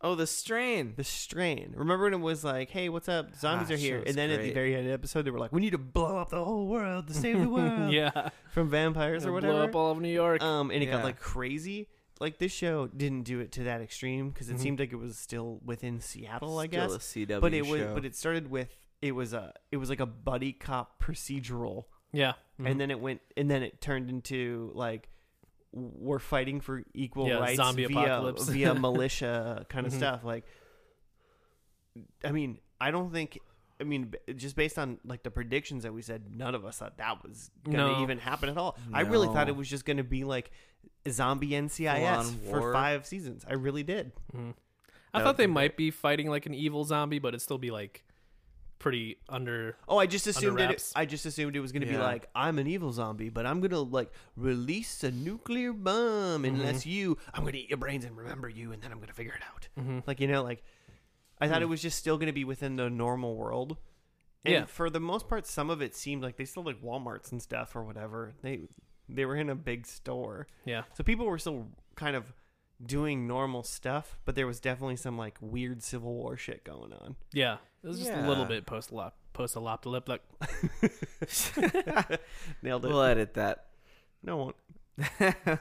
oh, the strain. The Strain. Remember when it was like, "Hey, what's up? Zombies Ah, are here," show's and then at the great. very end of the episode, they were like, "We need to blow up the whole world to save <laughs> the world <laughs> yeah, from vampires or whatever." blow up all of New York. um, and it Yeah. got like crazy. Like this show didn't do it to that extreme because it Mhm. seemed like it was still within Seattle, I Mm-hmm. Still guess. a CW but it was show. but it started with it was a it was like a buddy cop procedural yeah, Mhm. and then it went and then it turned into like we're fighting for equal Yeah, rights zombie via apocalypse. via militia kind of Mhm. stuff like I mean I don't think I mean b- just based on like the predictions that we said none of us thought that was gonna No. even happen at all I really thought No. it was just gonna be like zombie NCIS Full-on for war. 5 seasons I really did Mhm. I That thought would they be might be fighting like an evil zombie, but it'd still be like pretty under. Oh, I just assumed it. wraps. I just assumed it was going to be Yeah. like I'm an evil zombie, but I'm going to like release a nuclear bomb Mm-hmm. unless you. I'm going to eat your brains and remember you, and then I'm going to figure it out. mm-hmm, Like you know, like I Mm. thought it was just still going to be within the normal world. And Yeah. for the most part, some of it seemed like they still like WalMarts and stuff or whatever. They they were in a big store, Yeah, so people were still kind of doing normal stuff, but there was definitely some like weird Civil War shit going <laughs> on. <laughs> yeah. It was just a little Yeah. bit post lop post apocalyptic. Nailed it. <laughs> We'll edit that. <laughs> no one.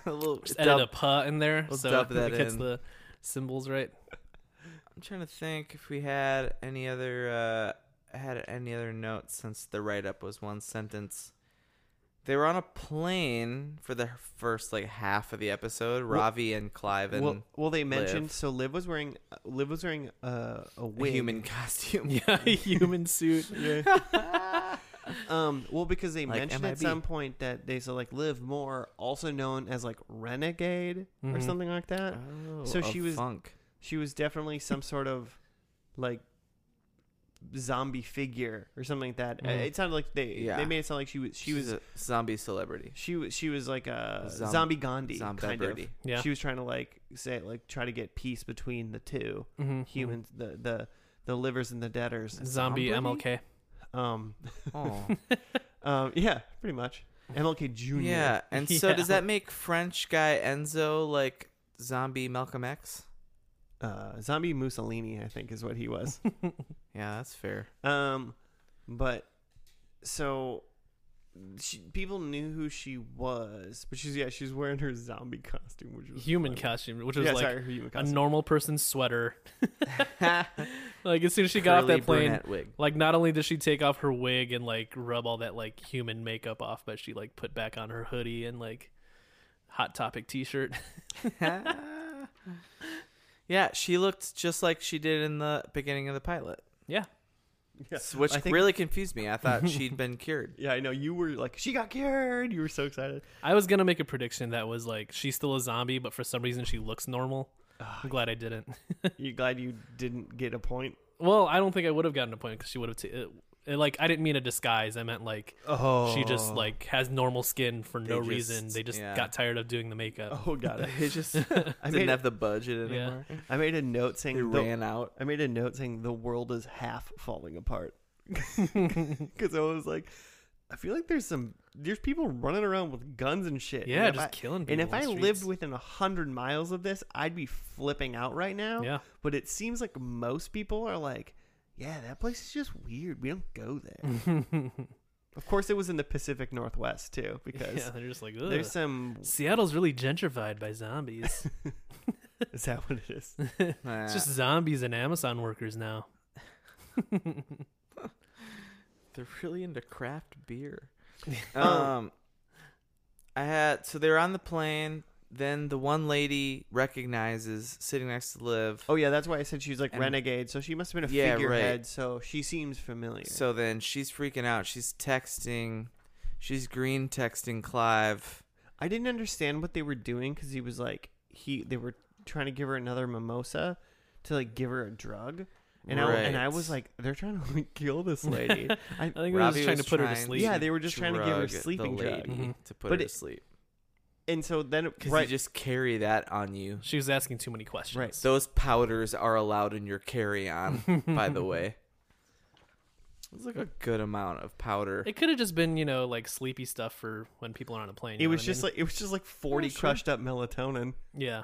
We'll Just dub- edit a puh in there we'll so <laughs> dub it that gets in. the symbols right. I'm trying to think if we had any other uh had any other notes since the write up was one sentence. They were on a plane for the first like half of the episode. Ravi and Clive and well, well, they mentioned Liv. so Liv was wearing Liv was wearing uh, a a wig. human <laughs> <laughs> costume. Yeah, <laughs> human suit. Um, well, because they Like mentioned at MIB. some point that they said like Liv Moore, also known as like Renegade or Mhm. something like that. <laughs> <laughs> Oh, So a she was- funk. She was definitely some sort of like zombie figure or something like that. Uh, Mhm. It sounded like they Mm-hmm. Yeah. they made it sound like she was she She's was a zombie celebrity. she was she was like a Zom- zombie Gandhi zombie kind <laughs> Birdie. of. Yeah. She was trying to like say like try to get peace between the two Mhm. humans, the the the livers and the debtors. Zombie Zombie? MLK. Um, Oh, Um, <laughs> yeah, pretty much. MLK Jr. Yeah, and so does Yeah. that make French guy Enzo like zombie Malcolm X? Uh, Zombie Mussolini, I think, is what he was. Yeah, that's <laughs> fair. <laughs> Um, but so she, people knew who she was, but she's yeah, she's wearing her zombie costume, which was <laughs> Human funny. costume, which was yeah, like sorry, her human a costume. normal person's sweater. she Like as soon as she got off that plane, like not only did she take off her wig and like rub all that like human makeup off, but she like put back on her hoodie and like hot topic t-shirt. <laughs> yeah, she looked just like she did in the beginning of the pilot, yeah. Yeah, which I think- really confused me. I thought she'd been <laughs> cured. Yeah, I know you were like she got cured. You were so excited. I was going to make a prediction that was like she's still a zombie, but for some reason she looks normal. I'm glad I didn't. You glad you didn't get a point? well, I don't think I would have gotten a point cuz she would have t- it, it, like I didn't mean a disguise. I meant like Oh, she just like has normal skin for no just- reason. They just yeah. got tired of doing the makeup. Oh, got it. They <laughs> just I didn't made, have the budget Yeah. anymore. I made a note They saying the, ran out. I made a note saying the world is half falling <laughs> apart because I was like, I feel like there's some there's people running around with guns and shit. Yeah, And if just I- killing people. And if on I the lived streets. within a hundred miles of this, I'd be flipping out right now. <laughs> Yeah. But it seems like most people are like, "Yeah, that place is just weird. We don't go <laughs> there." of course, it was in the Pacific Northwest too, because <laughs> Yeah, they're just like "Ugh." there's <laughs> some. Seattle's really gentrified <laughs> by zombies. <laughs> Is that what it is? it's just zombies and Amazon workers now. <laughs> They're really into craft <laughs> beer. Oh. um, I had so they're on the plane. Then the one lady recognizes sitting next to Liv. Oh yeah, that's why I said she's like And- renegade. So she must have been a Yeah, right. figurehead. So she seems familiar. So then she's freaking out. She's texting. She's green texting Clive. I didn't understand what they were doing because he was like he they were trying to give her another mimosa to like give her a drug. And I and I Right. was like, they're trying to like, kill <laughs> this lady. I, I think they're just Robbie trying to was put her to trying- sleep. yeah, they were just trying to give her Drug a sleeping the drug. lady Mhm. to put But her it- to sleep. And so then Because right you just carry that on you. She was asking too many questions. Right. Those powders are allowed in your carry on. by the way, <laughs> it's like a good amount of powder. It could have just been, you know, like sleepy stuff for when people are on a plane. you it know was what I just mean? like it was just like 40 sure. crushed up melatonin. yeah,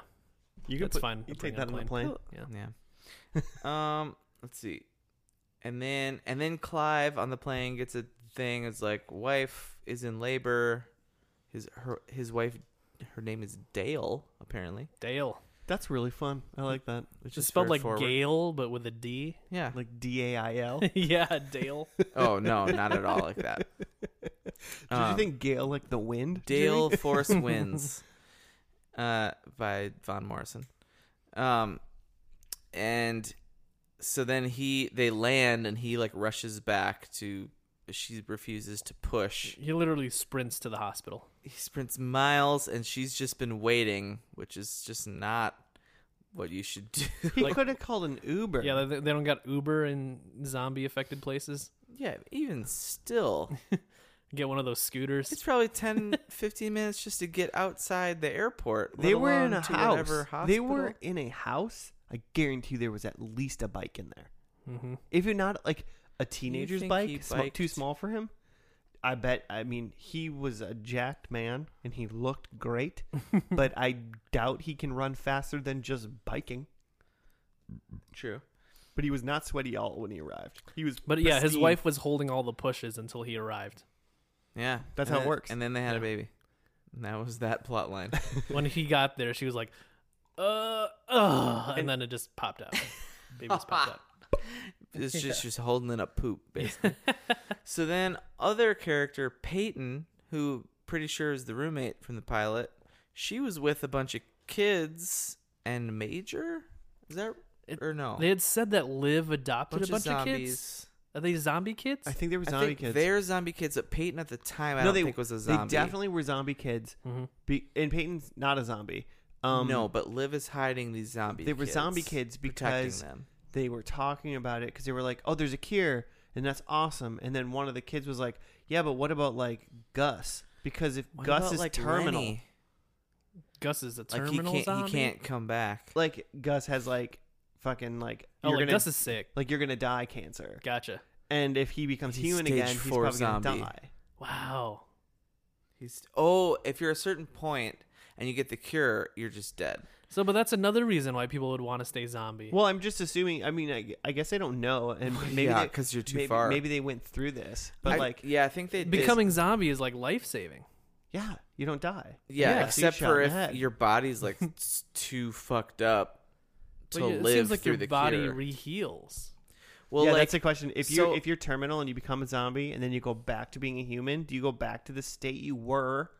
You could that's put, fine. You I'll bring take that on the plane. Yeah. Yeah. <laughs> um, let's see. And then and then Clive on the plane gets a thing. It's like wife is in labor. His her his wife her name is Dale apparently. Dale. That's really fun. I like that. Which It's spelled very like forward. Gale, but with <laughs> a D. <laughs> Yeah. Like D A I L. yeah, Dale. Oh no, not at all like that. <laughs> Did you Um, think Gale like the wind? Dale Force Winds uh, by Von Morrison. Um, and so then he they land and he like rushes back to she refuses to push. he literally sprints to the hospital. He sprints miles and she's just been waiting, which is just not what you should do. <laughs> <laughs> He like- could have called an Uber. Yeah, they, they don't got Uber in zombie affected places. yeah, even still. Get one of those scooters. It's <laughs> probably 10 15 minutes just to get outside the airport. They let were in alone a um, to house. whatever They hospital. were in a house. I guarantee there was at least a bike in there. Mhm. If you're not like a teenager's think he bike, sm- too biked? small for him. I bet. I mean, he was a jacked man and he looked great, <laughs> but I doubt he can run faster than just biking. True. But he was not sweaty all when he arrived. He was. But yeah, his pristine. wife was holding all the pushes until he arrived. Yeah, That's And how it then- works. And then they had a baby. And that was that <laughs> plot line. when he got there, she was like, uh, uh, and, then it just popped out. <laughs> Baby just popped out. it's just just holding in a poop, <laughs> basically. so then, other character Peyton, who pretty sure is the roommate from the pilot, she was with a bunch of kids and Major. Is that It- or Oh. no? They had said that Liv adopted a bunch of, kids. zombies. Are they zombie kids? I think there were I zombie think kids. they're zombie kids. But Peyton at the time, I don't think was a zombie. They definitely were zombie kids. Be- and Peyton's not a zombie. Um, no, but Liv is hiding these zombie. they were kids, zombie kids protecting because them. they were talking about it because they were like, "Oh, there's a cure, and that's awesome." And then one of the kids was like, "Yeah, but what about like Gus? Because if What Gus about, is like, terminal, Lenny? Gus is a Like terminal he can't, zombie. he can't come back. like Gus has like fucking like Oh, you're like gonna Gus is sick. like you're gonna die cancer, Gotcha. and if he becomes He's human stage again, he's four probably zombie. gonna die." Wow. He's oh, if you're a certain point and you get the cure, you're just dead. So, but that's another reason why people would want to stay zombie. Well, I'm just assuming. I mean, I, I guess I don't know, and maybe yeah, they- because you're too maybe, far. Maybe they went through this, but I- like, yeah, I think they did. Becoming zombie is like life saving. yeah, you don't die. yeah, yeah, so you except shot for in if the head. your body's like s- too fucked up to But live it seems like through your the body cure. reheals. well, yeah, like that's the question. If you so- are if you're terminal and you become a zombie and then you go back to being a human, do you go back to the state you were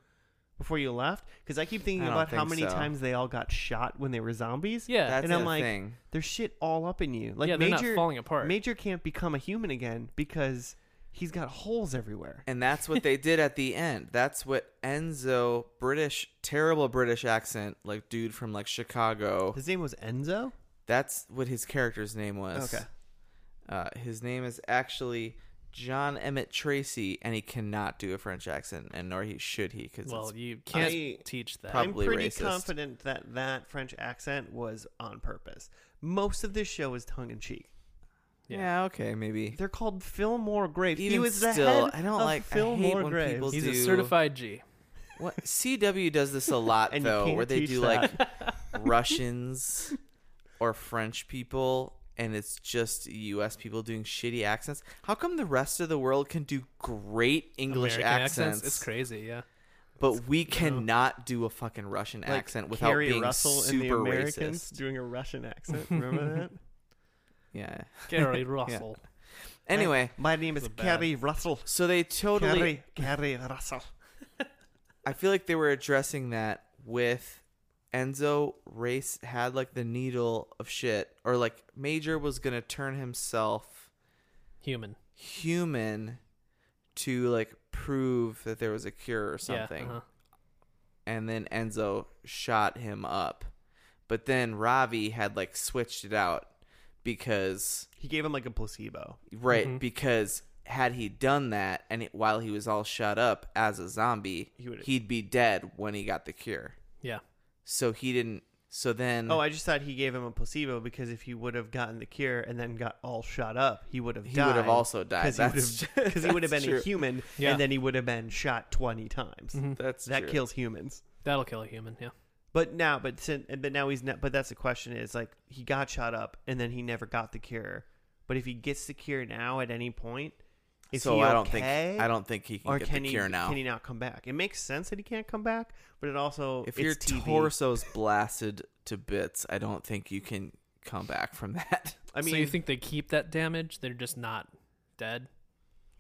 before you left? Because I keep thinking I don't about how think many so. times they all got shot when they were zombies. Yeah, that's and I'm the like, thing. there's shit all up in you. Like yeah, they're Major, not falling apart. Major can't become a human again because he's got holes everywhere. And that's what they did at the end. That's what Enzo, British, terrible British accent, like dude from like Chicago. His name was Enzo. That's what his character's name was. Okay. Uh, his name is actually John Emmett Tracy, and he cannot do a French accent, and nor he should he, because well, you can't I- teach that. Prob- Probably I'm pretty racist. confident that that French accent was on purpose. Most of this show is tongue in cheek. yeah. <laughs> okay, maybe. They're called Fillmore Graves. he Even was still, the head I don't of like- I hate Fillmore when Graves. people- He's a do- certified G. What CW does this a lot <laughs> And you though, can't where they teach do that. <laughs> like Russians or French people, and it's just U.S. people doing shitty accents. How come the rest of the world can do great English American accents, It's crazy, <laughs> yeah. but we cannot do a fucking Russian Like <laughs> accent without Carrie being Russell and the super Americans racist? doing a Russian <laughs> accent. Remember that? Yeah. Gary Russell. Anyway, my name is So bad. Carrie Russell. so they totally. Carrie, Carrie Russell. I feel like they were addressing that with Enzo race had like the needle of shit or like Major was going to turn himself Human. human to like prove that there was a cure or something. Yeah, uh-huh. And then Enzo shot him up. But then Ravi had like switched it out because He gave him like a placebo. right Mm-hmm. Mhm. because had he done that and it, while he was all shut up as a zombie, He would've- he'd be dead when he got the cure. Yeah. So he didn't. So then, Oh, I just thought he gave him a placebo because if he would have gotten the cure and then got all shot up, he would have he died. would have also died. because That's he <laughs> <laughs> would have because he would have been that's a true. Mm-hmm. human Yeah. and then he would have been shot 20 times That's that true. kills humans That'll kill a human, yeah. but now but sin- but now he's not but that's the question is like he got shot up and then he never got the cure but if he gets the cure now at any point is so he I don't okay? think I don't think he can or get can the he cure now. can he not come back it makes sense that he can't come back but it also it's if your TV. torso's blasted to bits, I don't think you can come back from <laughs> that. i mean so you think they keep that damage? They're just not dead?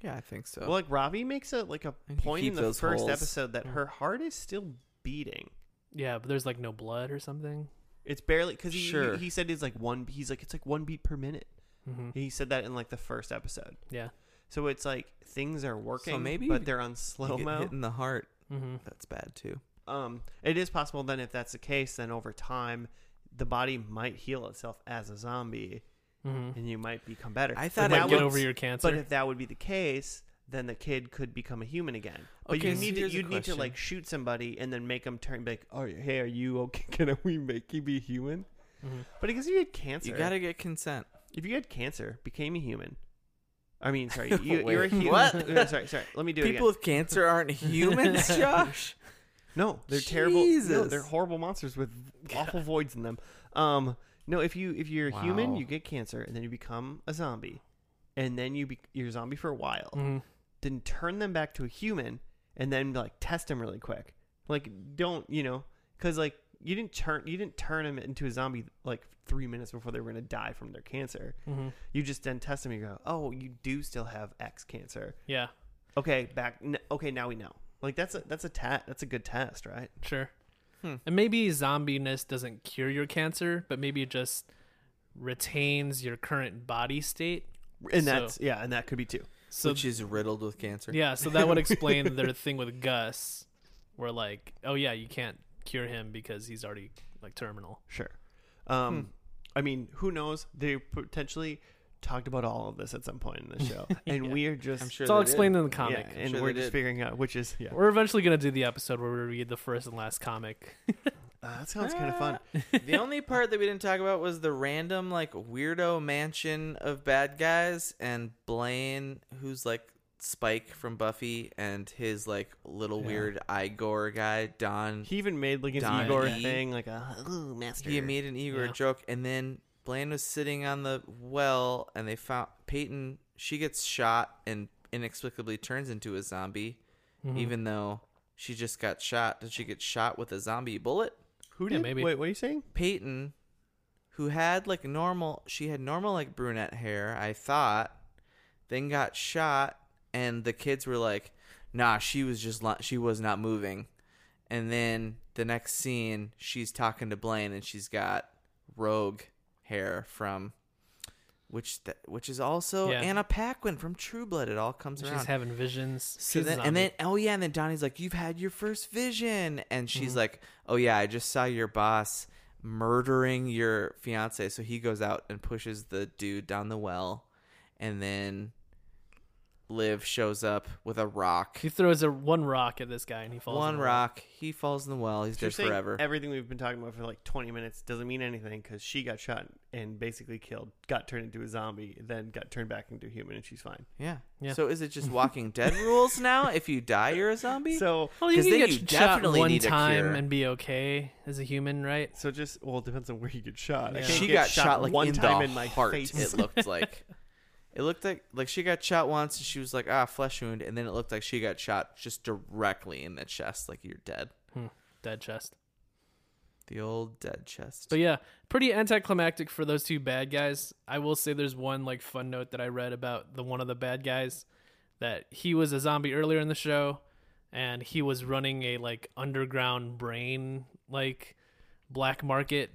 Yeah, I think so. well, like Ravi makes a like a And you point in keep the those first holes. episode that her heart is still beating Yeah, but there's like no blood or something. It's barely because he, Sure. he said it's like one. He's like it's like one beat per minute. hmm He said that in like the first episode. Yeah. So it's like things are working, maybe but they're on You slow get mo. hit in the heart. hmm That's bad too. Um, it is possible then if that's the case, then over time, the body might heal itself as a zombie, hmm and you might become better. Mm-hmm. I But thought that Get it would- looked- over your cancer. But if that would be the case, then the kid could become a human again. But Okay, you so need to here's a you would need to question. like shoot somebody and then make them turn be like, oh hey, are you okay? <laughs> Can we make you be human? Mhm. But because you had cancer, You gotta get consent. If you had cancer, became a human. I mean, <laughs> sorry, you, Wait, you're a human. <laughs> what? No, sorry, sorry. Let me do People it again. with <laughs> cancer aren't humans, Josh. No, they're terrible. No, Jesus. they're horrible monsters <laughs> with awful voids in them. Um, no, if you if you're a human, Wow. you get cancer, and then you become a zombie, and then you be, you're a zombie for a while. Mm. Mhm. Then turn them back to a human, and then like test them really quick. Like, don't you know? Because like you didn't turn you didn't turn them into a zombie like three minutes before they were gonna die from their cancer. Mhm. You just then test them. You go, oh, you do still have X cancer. Yeah, Okay, back. N- okay, now we know. Like that's a that's a ta- that's a good test, right? sure. Hmm. And maybe zombiness doesn't cure your cancer, but maybe it just retains your current body state. And So- that's yeah, and that could be too. So which is riddled with cancer. Yeah, so that would <laughs> explain their thing with Gus, where like, oh yeah, you can't cure him because he's already like terminal. Sure. Um, I mean, who knows? They potentially talked about all of this at some point in the show, and we are just I'm sure It's all they did. explained in the yeah, comic. and sure we're they just did. figuring out which is yeah. We're eventually gonna do the episode where we read the first and last comic. Uh, that sounds kind of fun. <laughs> the only part that we didn't talk about was the random like weirdo mansion of bad guys and Blaine, who's like Spike from Buffy and his like little Yeah. weird Igor guy Don. He He, even made like his Don Igor E. thing, like a ooh, master. made an Igor Yeah. joke, and then Blaine was sitting on the well, and they found Peyton. She gets shot and inexplicably turns into a zombie, Mm-hmm. even though she just got shot. Did she get shot with a zombie bullet? Who Yeah, did? maybe. Wait, what are you saying? Peyton, who had like normal, she had normal like brunette hair, I thought, then got shot, and the kids were like, "Nah, she was just li- she was not moving." And then the next scene, she's talking to Blaine, and she's got rogue hair from. Which, th- which is also Yeah. Anna Paquin from True Blood. It all comes Mm-hmm. She's around. having visions. So She's a then, and zombie. then, oh yeah, and then Donnie's like, "You've had your first vision," and she's Mm-hmm. like, "Oh yeah, I just saw your boss murdering your fiance." So he goes out and pushes the dude down the well, and then Liv shows up with a rock, he throws a one rock at this guy and he falls. one in the rock. He falls in the well. He's You're dead saying forever. Everything we've been talking about for like 20 minutes doesn't mean anything because she got shot and basically killed, got turned into a zombie, then got turned back into a human, and she's fine. yeah. Yeah. So is it just Walking Dead rules now? If you die, you're <laughs> a zombie. So, Well, you 'Cause can then get you shot definitely one need a time cure. and be okay as a human, right? so just well, it depends on where you get shot. I Yeah. can't she get got shot, like one in time the in my heart. face. <laughs> It looked like it looked like like she got shot once and she was like ah flesh wound, and then it looked like she got shot just directly in the chest, like you're dead. Hmm. Dead chest. The old dead chest. But yeah, pretty anticlimactic for those two bad guys. I will say there's one like fun note that I read about the one of the bad guys that he was a zombie earlier in the show and he was running a like underground brain like black market.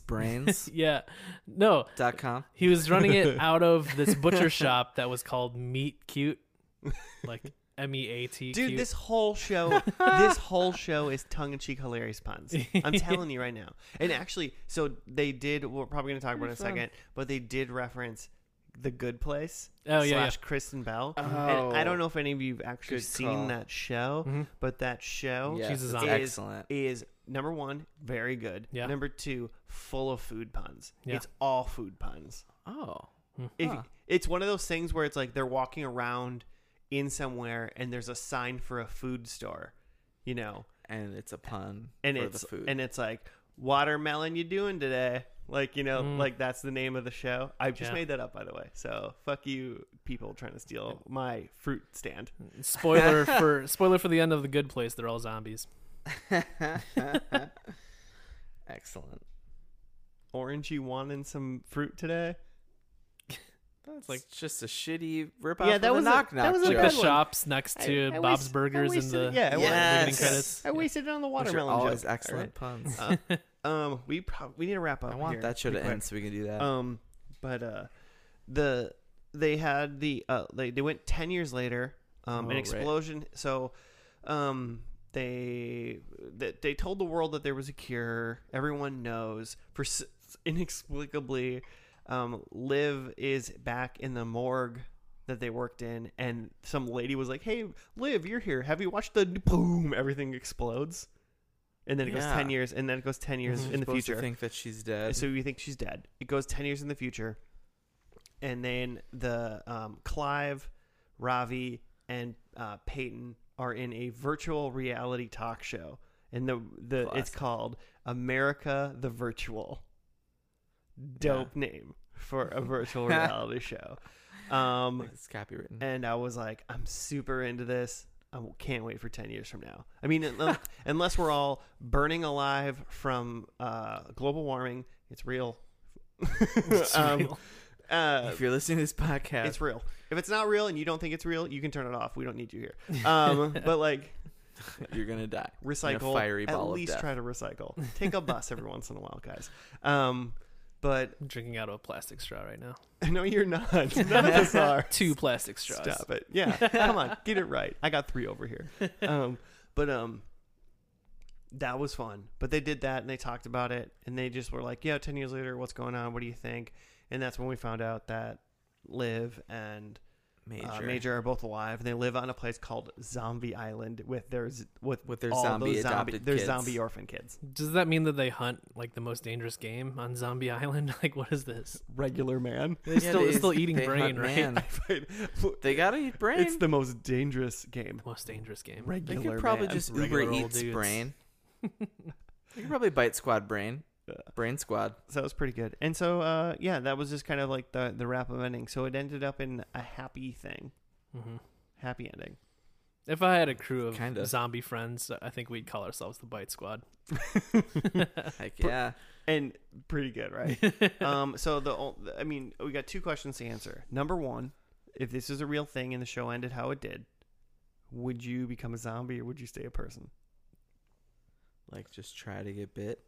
<laughs> brains Yeah. No, dot com. he was running <laughs> it out of this butcher shop that was called Meat Cute. Like M E A T Dude, this whole <laughs> show, this whole show is tongue in cheek hilarious puns. <laughs> I'm telling you right now. And actually, so they did. We're probably going to talk about it in a second, but they did reference the Good Place. Oh, yeah, yeah. slash Kristen Bell. And I Oh. don't know if any of you've actually Good seen call. that show, Mm-hmm. but that show Yeah, She's a it's zombie. excellent. is number one very good. Yeah. Number two, full of food puns. Yeah. It's all food puns. oh, If, Huh. It's one of those things where it's like they're walking around in somewhere and there's a sign for a food store, you know, and it's a pun and for it's the food. and it's like watermelon you doing today. Like you Mm. know, like that's the name of the show. I just Yeah. made that up, by the way. So fuck you, people trying to steal my fruit stand. <laughs> spoiler for spoiler for the end of the good place, they're all zombies. <laughs> excellent. Orange, you wanting some fruit today? That's like just a shitty ripoff. Yeah, that of the was a- knock that knock. was a Like good the joke. one. shops next to I- I Bob's waste- I Burgers and wasted the it. Yeah, I the wasted beginning it. credits. I wasted it on the Which are watermelon. always joke. excellent puns. Um, we probably we need to wrap up. I want here that show to pretty end so we can do that. quick. Um, but uh, the they had the uh they they went ten years later. Um, Oh, an right. explosion. So, um, they that they told the world that there was a cure. Everyone knows for s- inexplicably, um, Liv is back in the morgue. That they worked in, and some lady was like, "Hey, Liv, you're here. Have you watched the boom? Everything explodes, and then it goes Yeah. Mm-hmm. ten years, and then it goes ten years in the Supposed to future. think that she's dead. So you think she's dead. It goes 10 years in the future. And then the um, Clive, Ravi, and uh, Peyton are in a virtual reality talk show. And the, the it's Classic. called America the Virtual. Dope name for <laughs> a virtual reality show. Um, Like, it's copywritten. and I was like, I'm super into this. I w- can't wait for 10 years from now. I mean, <laughs> unless, unless we're all burning alive from uh, global warming, it's <laughs> real. Um, Uh, if you're listening to this podcast, it's real. If it's not real and you don't think it's real, you can turn it off. We don't need you <laughs> here. Um, but like, you're gonna die. In a recycle. fiery at ball least of death. try to recycle. Take a bus <laughs> every once in a while, guys. Um, but <laughs> I'm drinking out of a plastic straw right now. no, you're not. <laughs> None of us are. Two plastic straws. Stop it. Yeah. Come on. Get it right. I got three over <laughs> here. Um, but um, that was fun. But they did that and they talked about it and they just were like, yeah, 10 years later, what's going on? What do you think? And that's when we found out that Liv and Major. uh, Major are both alive, and they live on a place called Zombie Island with their z- with With their all zombie those zombie adopted their kids. zombie orphan kids. Does that mean that they hunt like the most dangerous game on Zombie <laughs> Island? Like, what is this? Regular <laughs> man. It's Yeah, still, it's they- still eating <laughs> they brain, hunt right? man. They gotta eat brain. it's the most dangerous game. Most dangerous game. they Regular could probably man. just Regular Uber old Eats dudes. <laughs> brain. they could probably bite squad brain. Yeah. Brain <laughs> squad. so it was pretty good. And so uh, yeah, that was just kind of like the the wrap up ending. So it ended up in a happy thing, hmm happy ending. If I had a crew of Kinda. zombie friends, I think we'd call ourselves the Bite Squad. <laughs> Heck yeah. and pretty good, right? <laughs> um, so the ol- I mean, we got two questions to answer. Number one, if this is a real thing and the show ended how it did, would you become a zombie or would you stay a person? Like just try to get bit.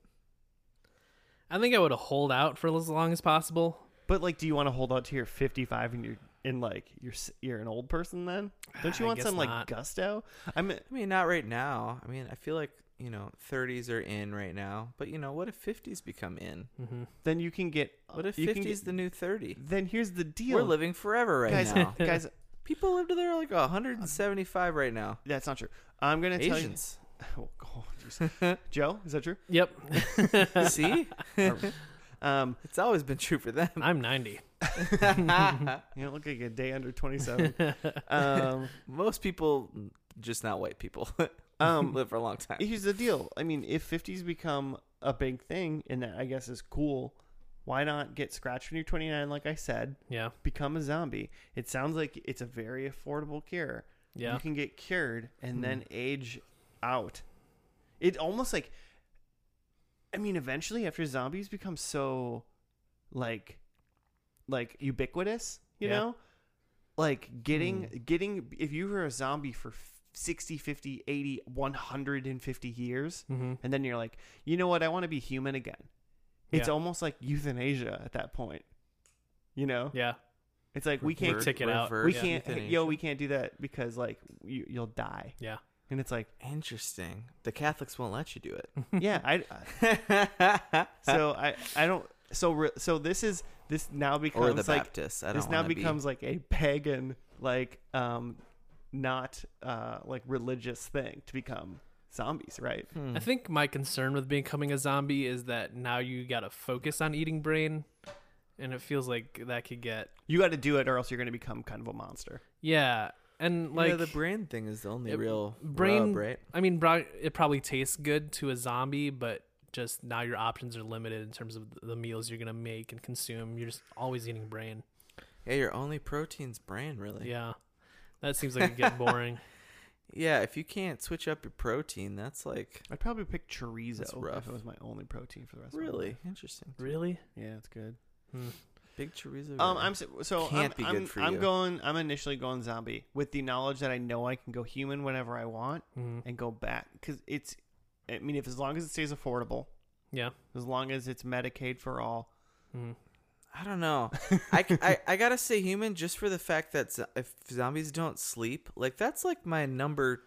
I think I would hold out for as long as possible. But like, do you want to hold out to your 55 and you're in like you're s- you're an old person then? Ah, Don't you I want guess some like not. gusto? I'm I mean, not right now. I mean, I feel like, you know, 30s are in right now. But, you know, what if 50s become in? hmm then you can get What if you can 50s the new 30? get- then here's the deal, We're living forever right guys. now. guys, <laughs> People live to their like 175 right now. that's not true. I'm gonna tell you. Asians. <laughs> Oh, God, jeez. Joe, is that true? Yep. <laughs> <laughs> See? Um, It's always been true for them. I'm 90. you don't look like a day under 27. um, Most people, just not white people, <laughs> um, live for a long time. here's the deal. I mean, if 50s become a big thing, and that I guess is cool, why not get scratched when you're 29? Like I said, Yeah. become a zombie. It sounds like it's a very affordable cure. Yeah. Hmm. You can get cured and then age out. It almost like, I mean, eventually after zombies become so, like, like ubiquitous, you Yeah. Hmm. know, like getting getting if you were a zombie for 60 50 80 150 years hmm and then you're like you know what i want to be human again it's Yeah. almost like euthanasia at that point you know Yeah. it's like we can't Revert- tick it out. Reverse we yeah. can't euthanasia. yo we can't do that because like you, you'll die Yeah. and it's <laughs> like Interesting. The Catholics won't let you do <laughs> it. yeah i so i i don't so re, so this is this now or becomes the like Baptists. I don't this now wanna be- becomes like a pagan like um not uh like religious thing to become zombies right Hmm. I think my concern with becoming a zombie is that now you got to focus on eating brain, and it feels like that could get you got to do it or else you're going to become kind of a monster yeah. And You know, like the brain thing is the only it- real brain, rub, right? I mean, bro- it probably tastes good to a zombie, but just now your options are limited in terms of the meals you're gonna make and consume. You're just always eating brain. Yeah, your only protein's brain, really. Yeah, that seems like it get boring. Yeah, if you can't switch up your protein, that's like i'd probably pick chorizo That's if rough. it was my only protein for the rest of my really life. interesting. really? yeah it's good Big chorizo. Um, guy. I'm so, so Can't I'm, be I'm, good for I'm you. going. I'm initially going zombie with the knowledge that I know I can go human whenever I want Mhm. and go back because it's. I mean, if as long as it stays affordable, Yeah. as long as it's Medicaid for all, Mhm. I <laughs> don't know. I, c- I- I gotta say human just for the fact that zo- if zombies don't sleep, like that's like my number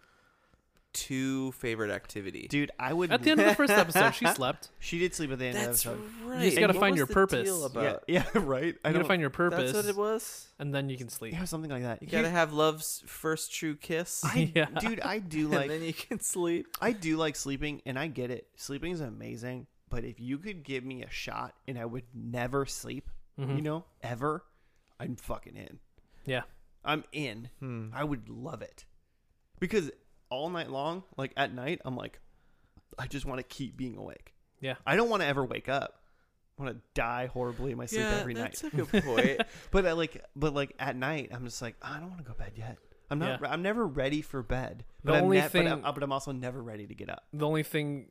two favorite activity. dude, I would. At the end of the first episode, she slept. she did sleep at the end that's of the episode. right. just gotta What find was your the purpose. deal Yeah, About? yeah, <laughs> yeah, right. I You gotta don't. find your purpose, That's what it was. and then you can sleep. <laughs> yeah, something like that. You gotta have love's first true kiss, <laughs> I, Yeah. dude, <laughs> I do and like. then you can sleep. I do like sleeping, and I get it. Sleeping is amazing, but if you could give me a shot and I would never sleep, you know, ever, I'm fucking in. Mm-hmm. Yeah. I'm in. Hmm. I would love it. Because all night long, like at night, I'm like, I just want to keep being awake. Yeah. I don't want to ever wake up. I want to die horribly in my sleep every night. that's a <laughs> good point. But I like, but like at night, I'm just like, I don't want to go to bed yet. I'm not. I'm never ready for bed. But I'm only ne- but, I'm, thing- but I'm also never ready to get up. The only thing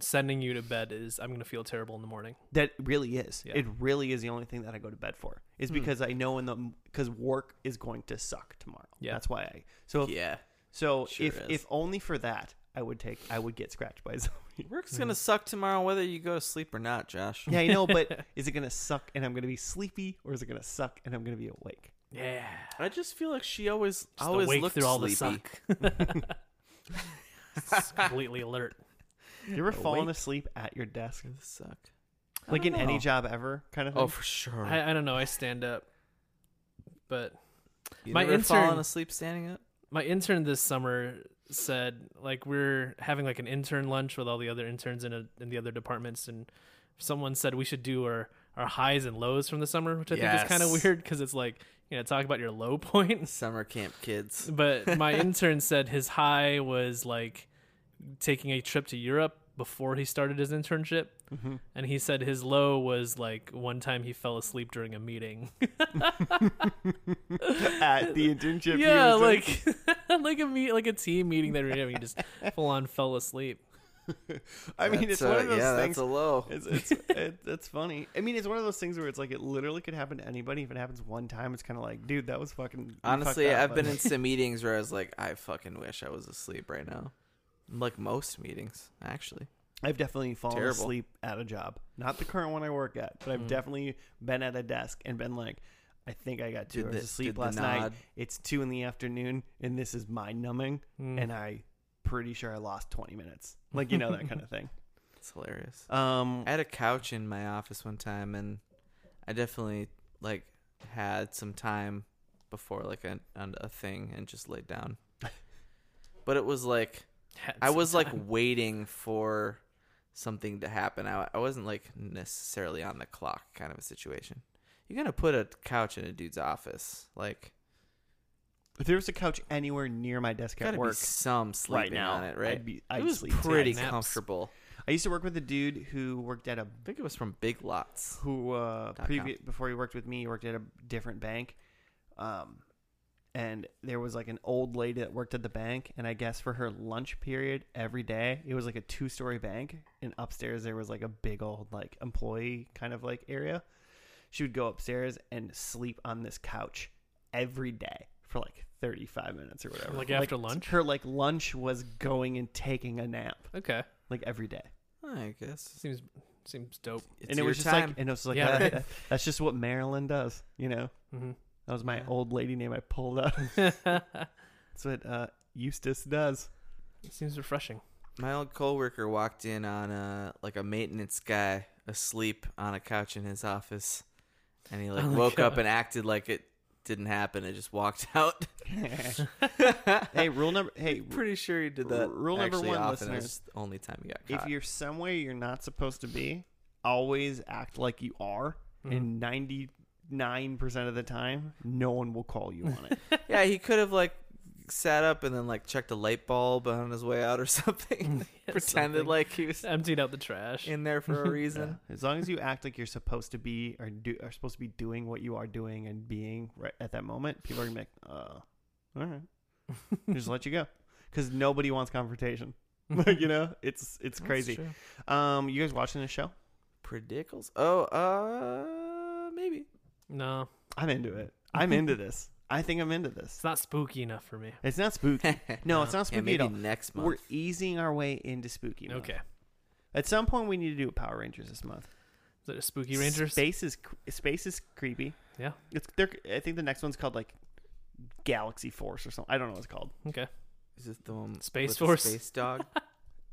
sending you to bed is I'm gonna feel terrible in the morning. That really is. Yeah. Hmm. It really is the only thing that I go to bed for. Is because I know in the because work is going to suck tomorrow. Yeah. That's why I. So if yeah, So Sure if is. if only for that, I would take I would get scratched by a <laughs> zombie. <laughs> work's gonna suck tomorrow whether you go to sleep or not, Josh. yeah, I know, but is it gonna suck and I'm gonna be sleepy, or is it gonna suck and I'm gonna be awake? Yeah. I just feel like she always Just always awake looked through all sleepy. <laughs> the suck. Just completely alert. You ever fallen Awake? asleep at your desk, This suck. I like in don't any know. job ever, kind of thing? Oh, for sure. I, I don't know. I stand up, but You My never fallen intern- asleep standing up? my intern this summer said like we're having like an intern lunch with all the other interns in a, in the other departments and someone said we should do our our highs and lows from the summer which i think is kind Yes. of weird because it's like you know talk about your low <laughs> points Summer camp kids. but my intern said his high was like taking a trip to europe before he started his internship and he said his low was like one time he fell asleep during a meeting at <laughs> the internship. yeah, he was in. like <laughs> like a meet like a team meeting that we we're having, just full on fell asleep. <laughs> I mean, That's it's one a- of those yeah, things. that's a low. <laughs> It's it's it, it's funny. I mean, it's one of those things where it's like it literally could happen to anybody. If it happens one time, it's kind of like, dude, that was fucking. you Honestly, fucked up, I've been but- in <laughs> some meetings where I was like, I fucking wish I was asleep right now. Like most meetings, actually. I've definitely fallen Terrible. Mm-hmm. asleep at a job. Not the current one I work at, but I've definitely been at a desk and been like, I think I got two Did hours the- of sleep did the last night. nod. It's two in the afternoon, and this is mind numbing, Mm. Mm. and I pretty sure I lost twenty minutes. Like you know that <laughs> kind of thing. It's hilarious. Um, I had a couch in my office one time, and I definitely like had some time before like a a a thing and just <laughs> laid down. But it was like Had I some was like time. waiting for something to happen. I I wasn't like necessarily on the clock kind of a situation. You're gonna put a couch in a dude's office, like if there was a couch anywhere near my desk at gotta be work some right sleeping now, on it, right? I'd be, I'd it was sleep pretty Naps. comfortable. I used to work with a dude who worked at a I think it was from Big Lots. who uh, com. previ- before he worked with me, he worked at a different bank, um, and there was like an old lady that worked at the bank, and I guess for her lunch period every day, it was like a two-story bank, and upstairs there was like a big old like employee kind of like area. She would go upstairs and sleep on this couch every day for like 35 minutes or whatever. Like after lunch? Her like lunch was going and taking a nap okay. like every day. I guess. Seems seems dope. It's and it your was just time. like, and it was like, Yeah, that- <laughs> right. that- that's just what Maryland does, you know. hmm That was my Yeah. old lady name I pulled <laughs> up. that's what uh, Eustace does. <laughs> seems refreshing. <laughs> My old coworker walked in on a like a maintenance guy asleep on a couch in his office, and he like Oh my woke up God. and acted like it didn't happen and just walked <laughs> out. <laughs> hey, rule number. <laughs> Hey, Pretty sure he did R- that. rule number actually one, often. It was listeners. the only time he got if caught. you're somewhere you're not supposed to be, always act like you are. And ninety nine percent of the time, no one will call you <laughs> on it. <laughs> yeah, he could have like sat up and then like checked a light bulb on his way out or <laughs> <laughs> something. Yeah, Pretended something. like he was emptied out the trash. <laughs> in there for <laughs> a Yeah. reason. As long as you act like you're supposed to be or do are supposed to be doing what you are doing and being right at that moment, people are gonna be like, uh, all right, just let you go, because nobody wants confrontation. you know, it's it's That's crazy. true. Um, you guys watching this show? Predicles? Oh, uh, <laughs> maybe. <laughs> no, I'm into it. I'm into this. I think I'm into this. it's not spooky enough for me. It's not spooky. No, it's not Yeah, spooky maybe at all. next month. We're easing our way into spooky. Month. Okay, At some point, we need to do a Power Rangers this month. is it spooky rangers? Space is cr- space is creepy. Yeah. It's they're, I think the next one's called like Galaxy Force or something. I don't know what it's called. okay, Is it the one Space with Force? The space dog.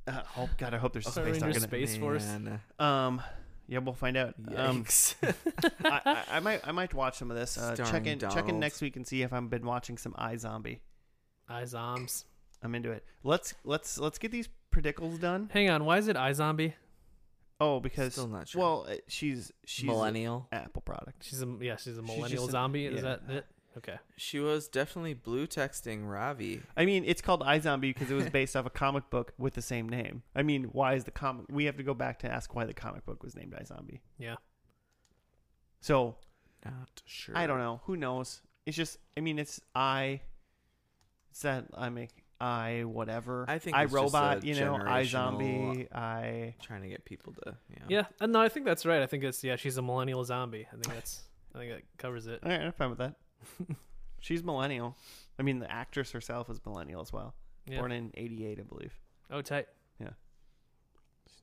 Uh, oh God, I hope there's a Power <laughs> space. Not Rangers gonna, Space Force. Man, uh, um, yeah, we'll find out. Um, <laughs> Yikes. I, I, I might I might watch some of this. Uh, check Starring in check in Donald. next week and see if I've been watching some iZombie. eye zombies. I'm into it. Let's let's let's get these predicals done. Hang on, why is it eye zombie? Oh, because Still not sure. well, uh, she's she's Millennial. an Apple product. She's a yeah, she's a just millennial a- zombie. Is yeah. that it? Okay, She was definitely blue texting Ravi. I mean, it's called iZombie because it was based off a comic book with the same name. I mean, why is the comic? We have to go back to ask why the comic book was named iZombie. yeah. So Not sure. I don't know. Who knows? It's just. I mean, it's I. It's that I make I whatever. I think I it's just robot. a You know, I generational- zombie. I. Trying to get people to. Yeah. Yeah, uh, no, I think that's right. I think that's yeah. She's a millennial zombie. I think that's. I think that covers it. All right, I'm fine with that. <laughs> She's millennial. I mean, the actress herself is millennial as well. Yeah. Born in '88, I believe. Oh, tight.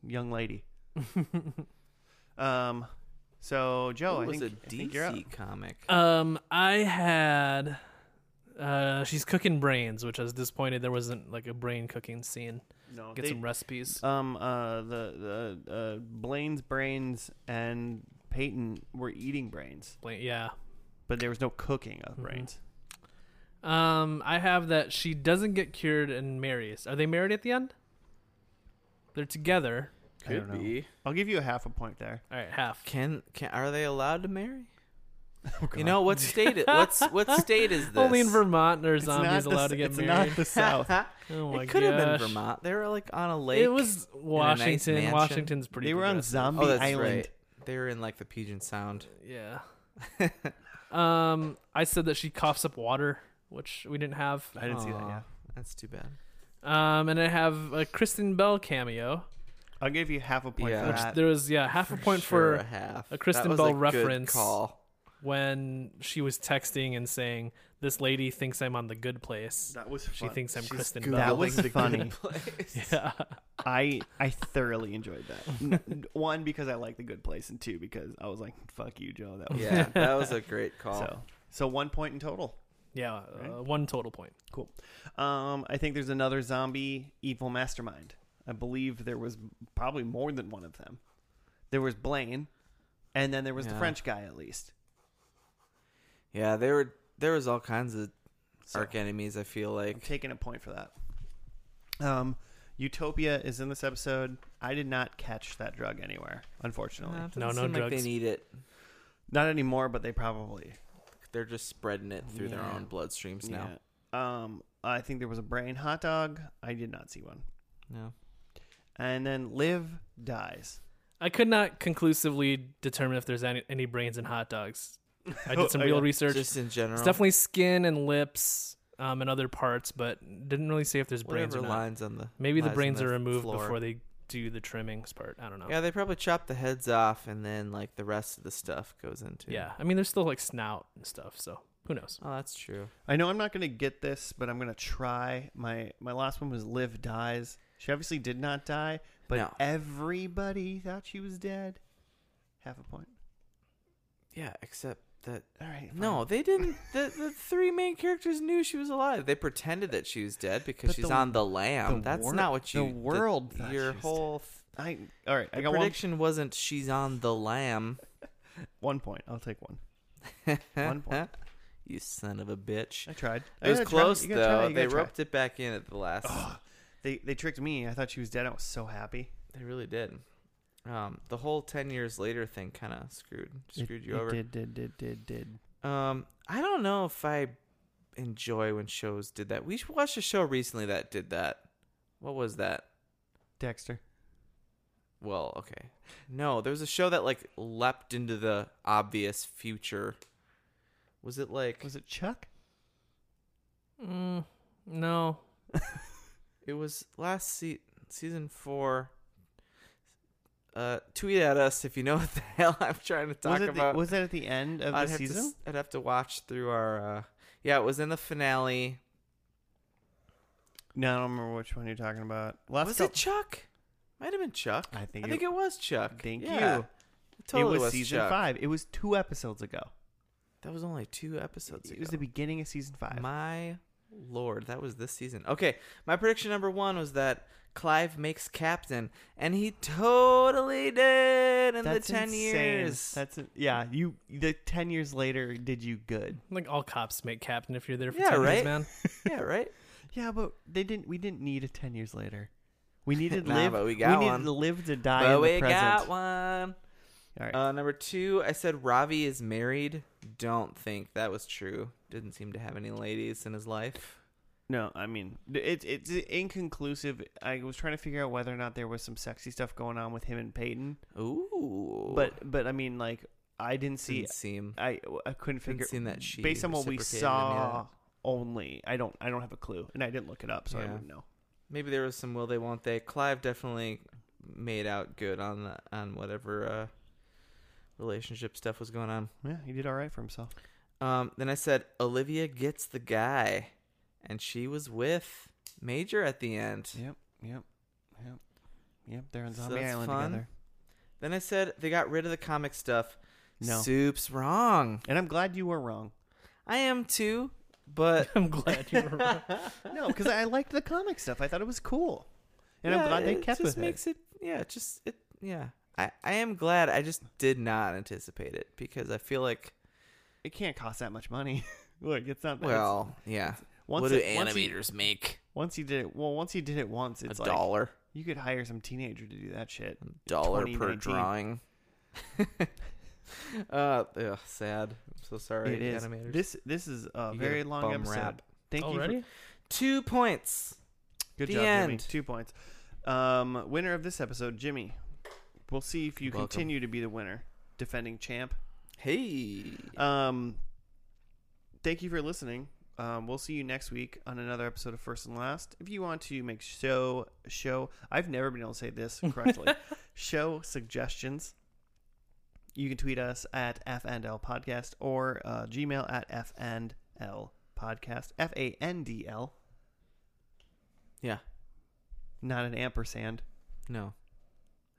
Young lady. <laughs> Um. So Joe, What I was think, a I think you're up. DC comic. um, I had. Uh, she's cooking brains, which I was disappointed there wasn't like a brain cooking scene. No, Get they- some recipes. um uh the the uh, Blaine's brains and Peyton were eating brains, Like, yeah, but there was no cooking of Mhm. brains. Um, I have that she doesn't get cured and marries. Are they married at the end? They're together. I don't Could know. be. I'll give you a half a point there. All right, half. Can can are they allowed to marry? Oh, You know what state? It, what's what state is this? Only in <laughs> Vermont are It's zombies not allowed the, to get it's married. not the South. oh my it could have been gosh. Vermont. They were like on a lake. It was Washington. mansion. Washington's <laughs> pretty. they were on progressive. Zombie oh, that's Island. right. They were in like the Puget Sound. <laughs> Yeah. um, I said that she coughs up water, which we didn't have. I didn't see that. Aw, Yeah, That's too bad. Um, and I have a Kristen Bell cameo, I'll give you half a point Yeah. for which that. there was yeah half a point for Sure, a half. a Kristen That was Bell good reference. call. when she was texting and saying, "This lady thinks I'm on the good place. that was She thinks I'm Kristen Googling That Bell." was the good funny. <laughs> place. yeah. I I thoroughly enjoyed that. <laughs> N- n- One because I like the good place, and two because I was like, "Fuck you, Joe." That was Yeah, that was a great call. so. So one point in total. Yeah, uh, one total point. Cool. Um, I think there's another zombie evil mastermind. I believe there was probably more than one of them. There was Blaine, and then there was the Yeah. French guy at least. Yeah, there were there was all kinds of So- arc enemies. I feel I'm like taking a point for that. Um, Utopia is in this episode. I did not catch that drug anywhere, unfortunately. Nah, it doesn't No, no seem Like drugs. they need it. Not anymore, but they probably They're just spreading it through their Yeah. own bloodstreams now. Yeah. Um, I think there was a brain hot dog. I did not see one. No. And then Liv dies. I could not conclusively determine if there's any, any brains in hot dogs. I <laughs> did some Oh, real yeah. research. Just in general. It's definitely skin and lips um, and other parts, but didn't really say if there's brains whatever or not. lines on the Maybe the lies on brains are removed floor. before they do the trimmings part. I don't Oh. know. Yeah. Yeah, they probably chop the heads off and then like the rest of the stuff goes into. I mean, there's still like snout and stuff, so who knows? Oh, that's true. I know I'm not going to get this, but I'm going to try. My my last one was Liv dies. She obviously did not die, but No. everybody thought she was dead. Half a point. Yeah, except that All right. fine. no, they didn't. <laughs> The, the three main characters knew she was alive. They pretended that she was dead because But she's the- on the lamb. the That's wor- not what the you. world thought your she was whole. Th- I all right. I the got prediction wasn't she's on the lamb. one one point. I'll take one. One point. <laughs> you son of a bitch. I tried. It I was gotta try. close You gotta try. though. You They gotta try. roped it back in at the last. They they tricked me. I thought she was dead. I was so happy. They really did. Um, the whole ten years later thing kind of screwed It- screwed you it over. Did did did did did. Um, I don't know if I enjoy when shows did that. We watched a show recently that did that. What was that? Dexter. Well, okay. No, there was a show that like leapt into the obvious future. Was it like Was it Chuck? Mm, no. it was last se- season 4? Uh tweet at us if you know <laughs> what the hell I'm trying to talk was it about. The, was that at the end of I'd the have to season? s- I'd have to watch through our uh yeah, it was in the finale. No, I don't remember which one you're talking about. Last was cou- it Chuck? Might have been Chuck. I think I it- think it was Chuck. Thank Yeah, you. it Totally it was, season Chuck. five. It was two episodes ago. That was only two episodes It ago. was the beginning of season five. My lord, that was this season. Okay, my prediction number one was that Clive makes captain, and he totally did in That's the ten insane. years. That's a, yeah. You the ten years later did you good? Like all cops make captain if you're there for Yeah, 10 right? years, man. <laughs> <laughs> yeah, right. Yeah, but they didn't. We didn't need a ten years later. <laughs> We needed Nah, live. but we got needed one. to live to die But in we the present. got one. All right. Uh, number two, I said Ravi is married. Don't think that was true. Didn't seem to have any ladies in his life. No, I mean it's it's inconclusive. I was trying to figure out whether or not there was some sexy stuff going on with him and Peyton, Ooh, but but I mean like I didn't see. didn't seem I I couldn't figure didn't seem that she based on what we reciprocated any of that. saw only. I don't I don't have a clue, and I didn't look it up, so I Yeah. wouldn't know. Maybe there was some will they won't they. Clive definitely made out good on the, on whatever uh, relationship stuff was going on. Yeah, he did all right for himself. Um, then I said Olivia gets the guy, and she was with Major at the end. Yep, yep, yep, yep. They're on So Zombie that's Island fun. together. Then I said they got rid of the comic stuff. No, Soup's wrong. and I'm glad you were wrong. I am too, <laughs> but I'm glad <laughs> you were right. No, because I liked the comic stuff. I thought it was cool, and I'm yeah, glad they it kept with just it. makes it. Yeah, it just it. Yeah, I I am glad. I just did not anticipate it because I feel like It can't cost that much money. <laughs> Look, it's not. Well, Well, yeah. once what do it- once he- animators make? once he did it, well, once he did it once, A it's like dollar, you could hire some teenager to do that shit. dollar per 2019. drawing. <laughs> uh, ugh, sad. I'm so sorry, it is. animators. This this is a You get very a long bum episode. rap. Thank you. For, Already? Two points. good The job, Jimmy. end. Two points. Um, winner of this episode, Jimmy. We'll see if you Welcome. continue to be the winner, defending champ. Hey. Um, thank you for listening. Um, we'll see you next week on another episode of First and Last. If you want to make show show, I've never been able to say <laughs> this correctly. show suggestions. You can tweet us at FNL Podcast or uh, Gmail at FNL Podcast. F A N D L, Yeah. not an ampersand. No.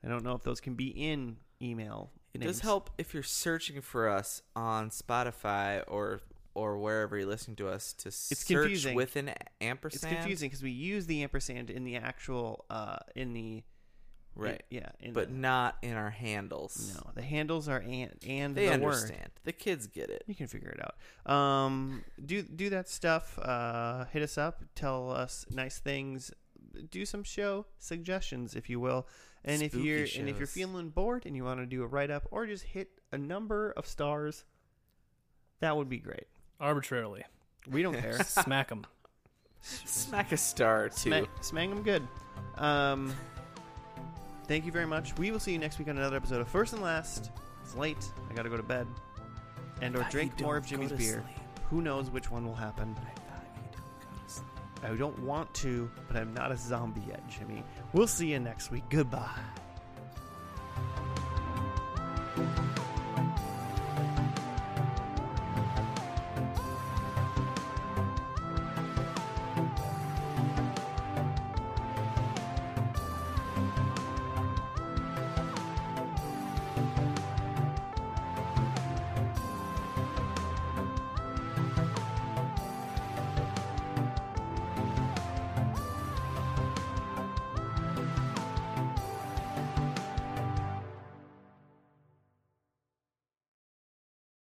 I don't know if those can be in email. It names. does help if you're searching for us on Spotify or or wherever you're listening to us to search confusing. with an It's ampersand. confusing because we use the ampersand in the actual uh, in the Right. yeah, in But the- not in our handles. No, the handles are and and They the understand. word. The kids get it. You can figure it out. Um, do do that stuff. Uh, hit us up. Tell us nice things. Do some show suggestions, if you will. And if Spooky you're and if you're shows. feeling bored and you want to do a write up or just hit a number of stars, that would be great. Arbitrarily. We <laughs> don't care. Smack them. Smack a star or two. Sma- smang them good. Um, thank you very much. We will see you next week on another episode of First and Last. It's late. I gotta go to bed, and or drink more of Jimmy's beer. Who knows which one will happen? I don't want to, but I'm not a zombie yet, Jimmy. We'll see you next week. Goodbye.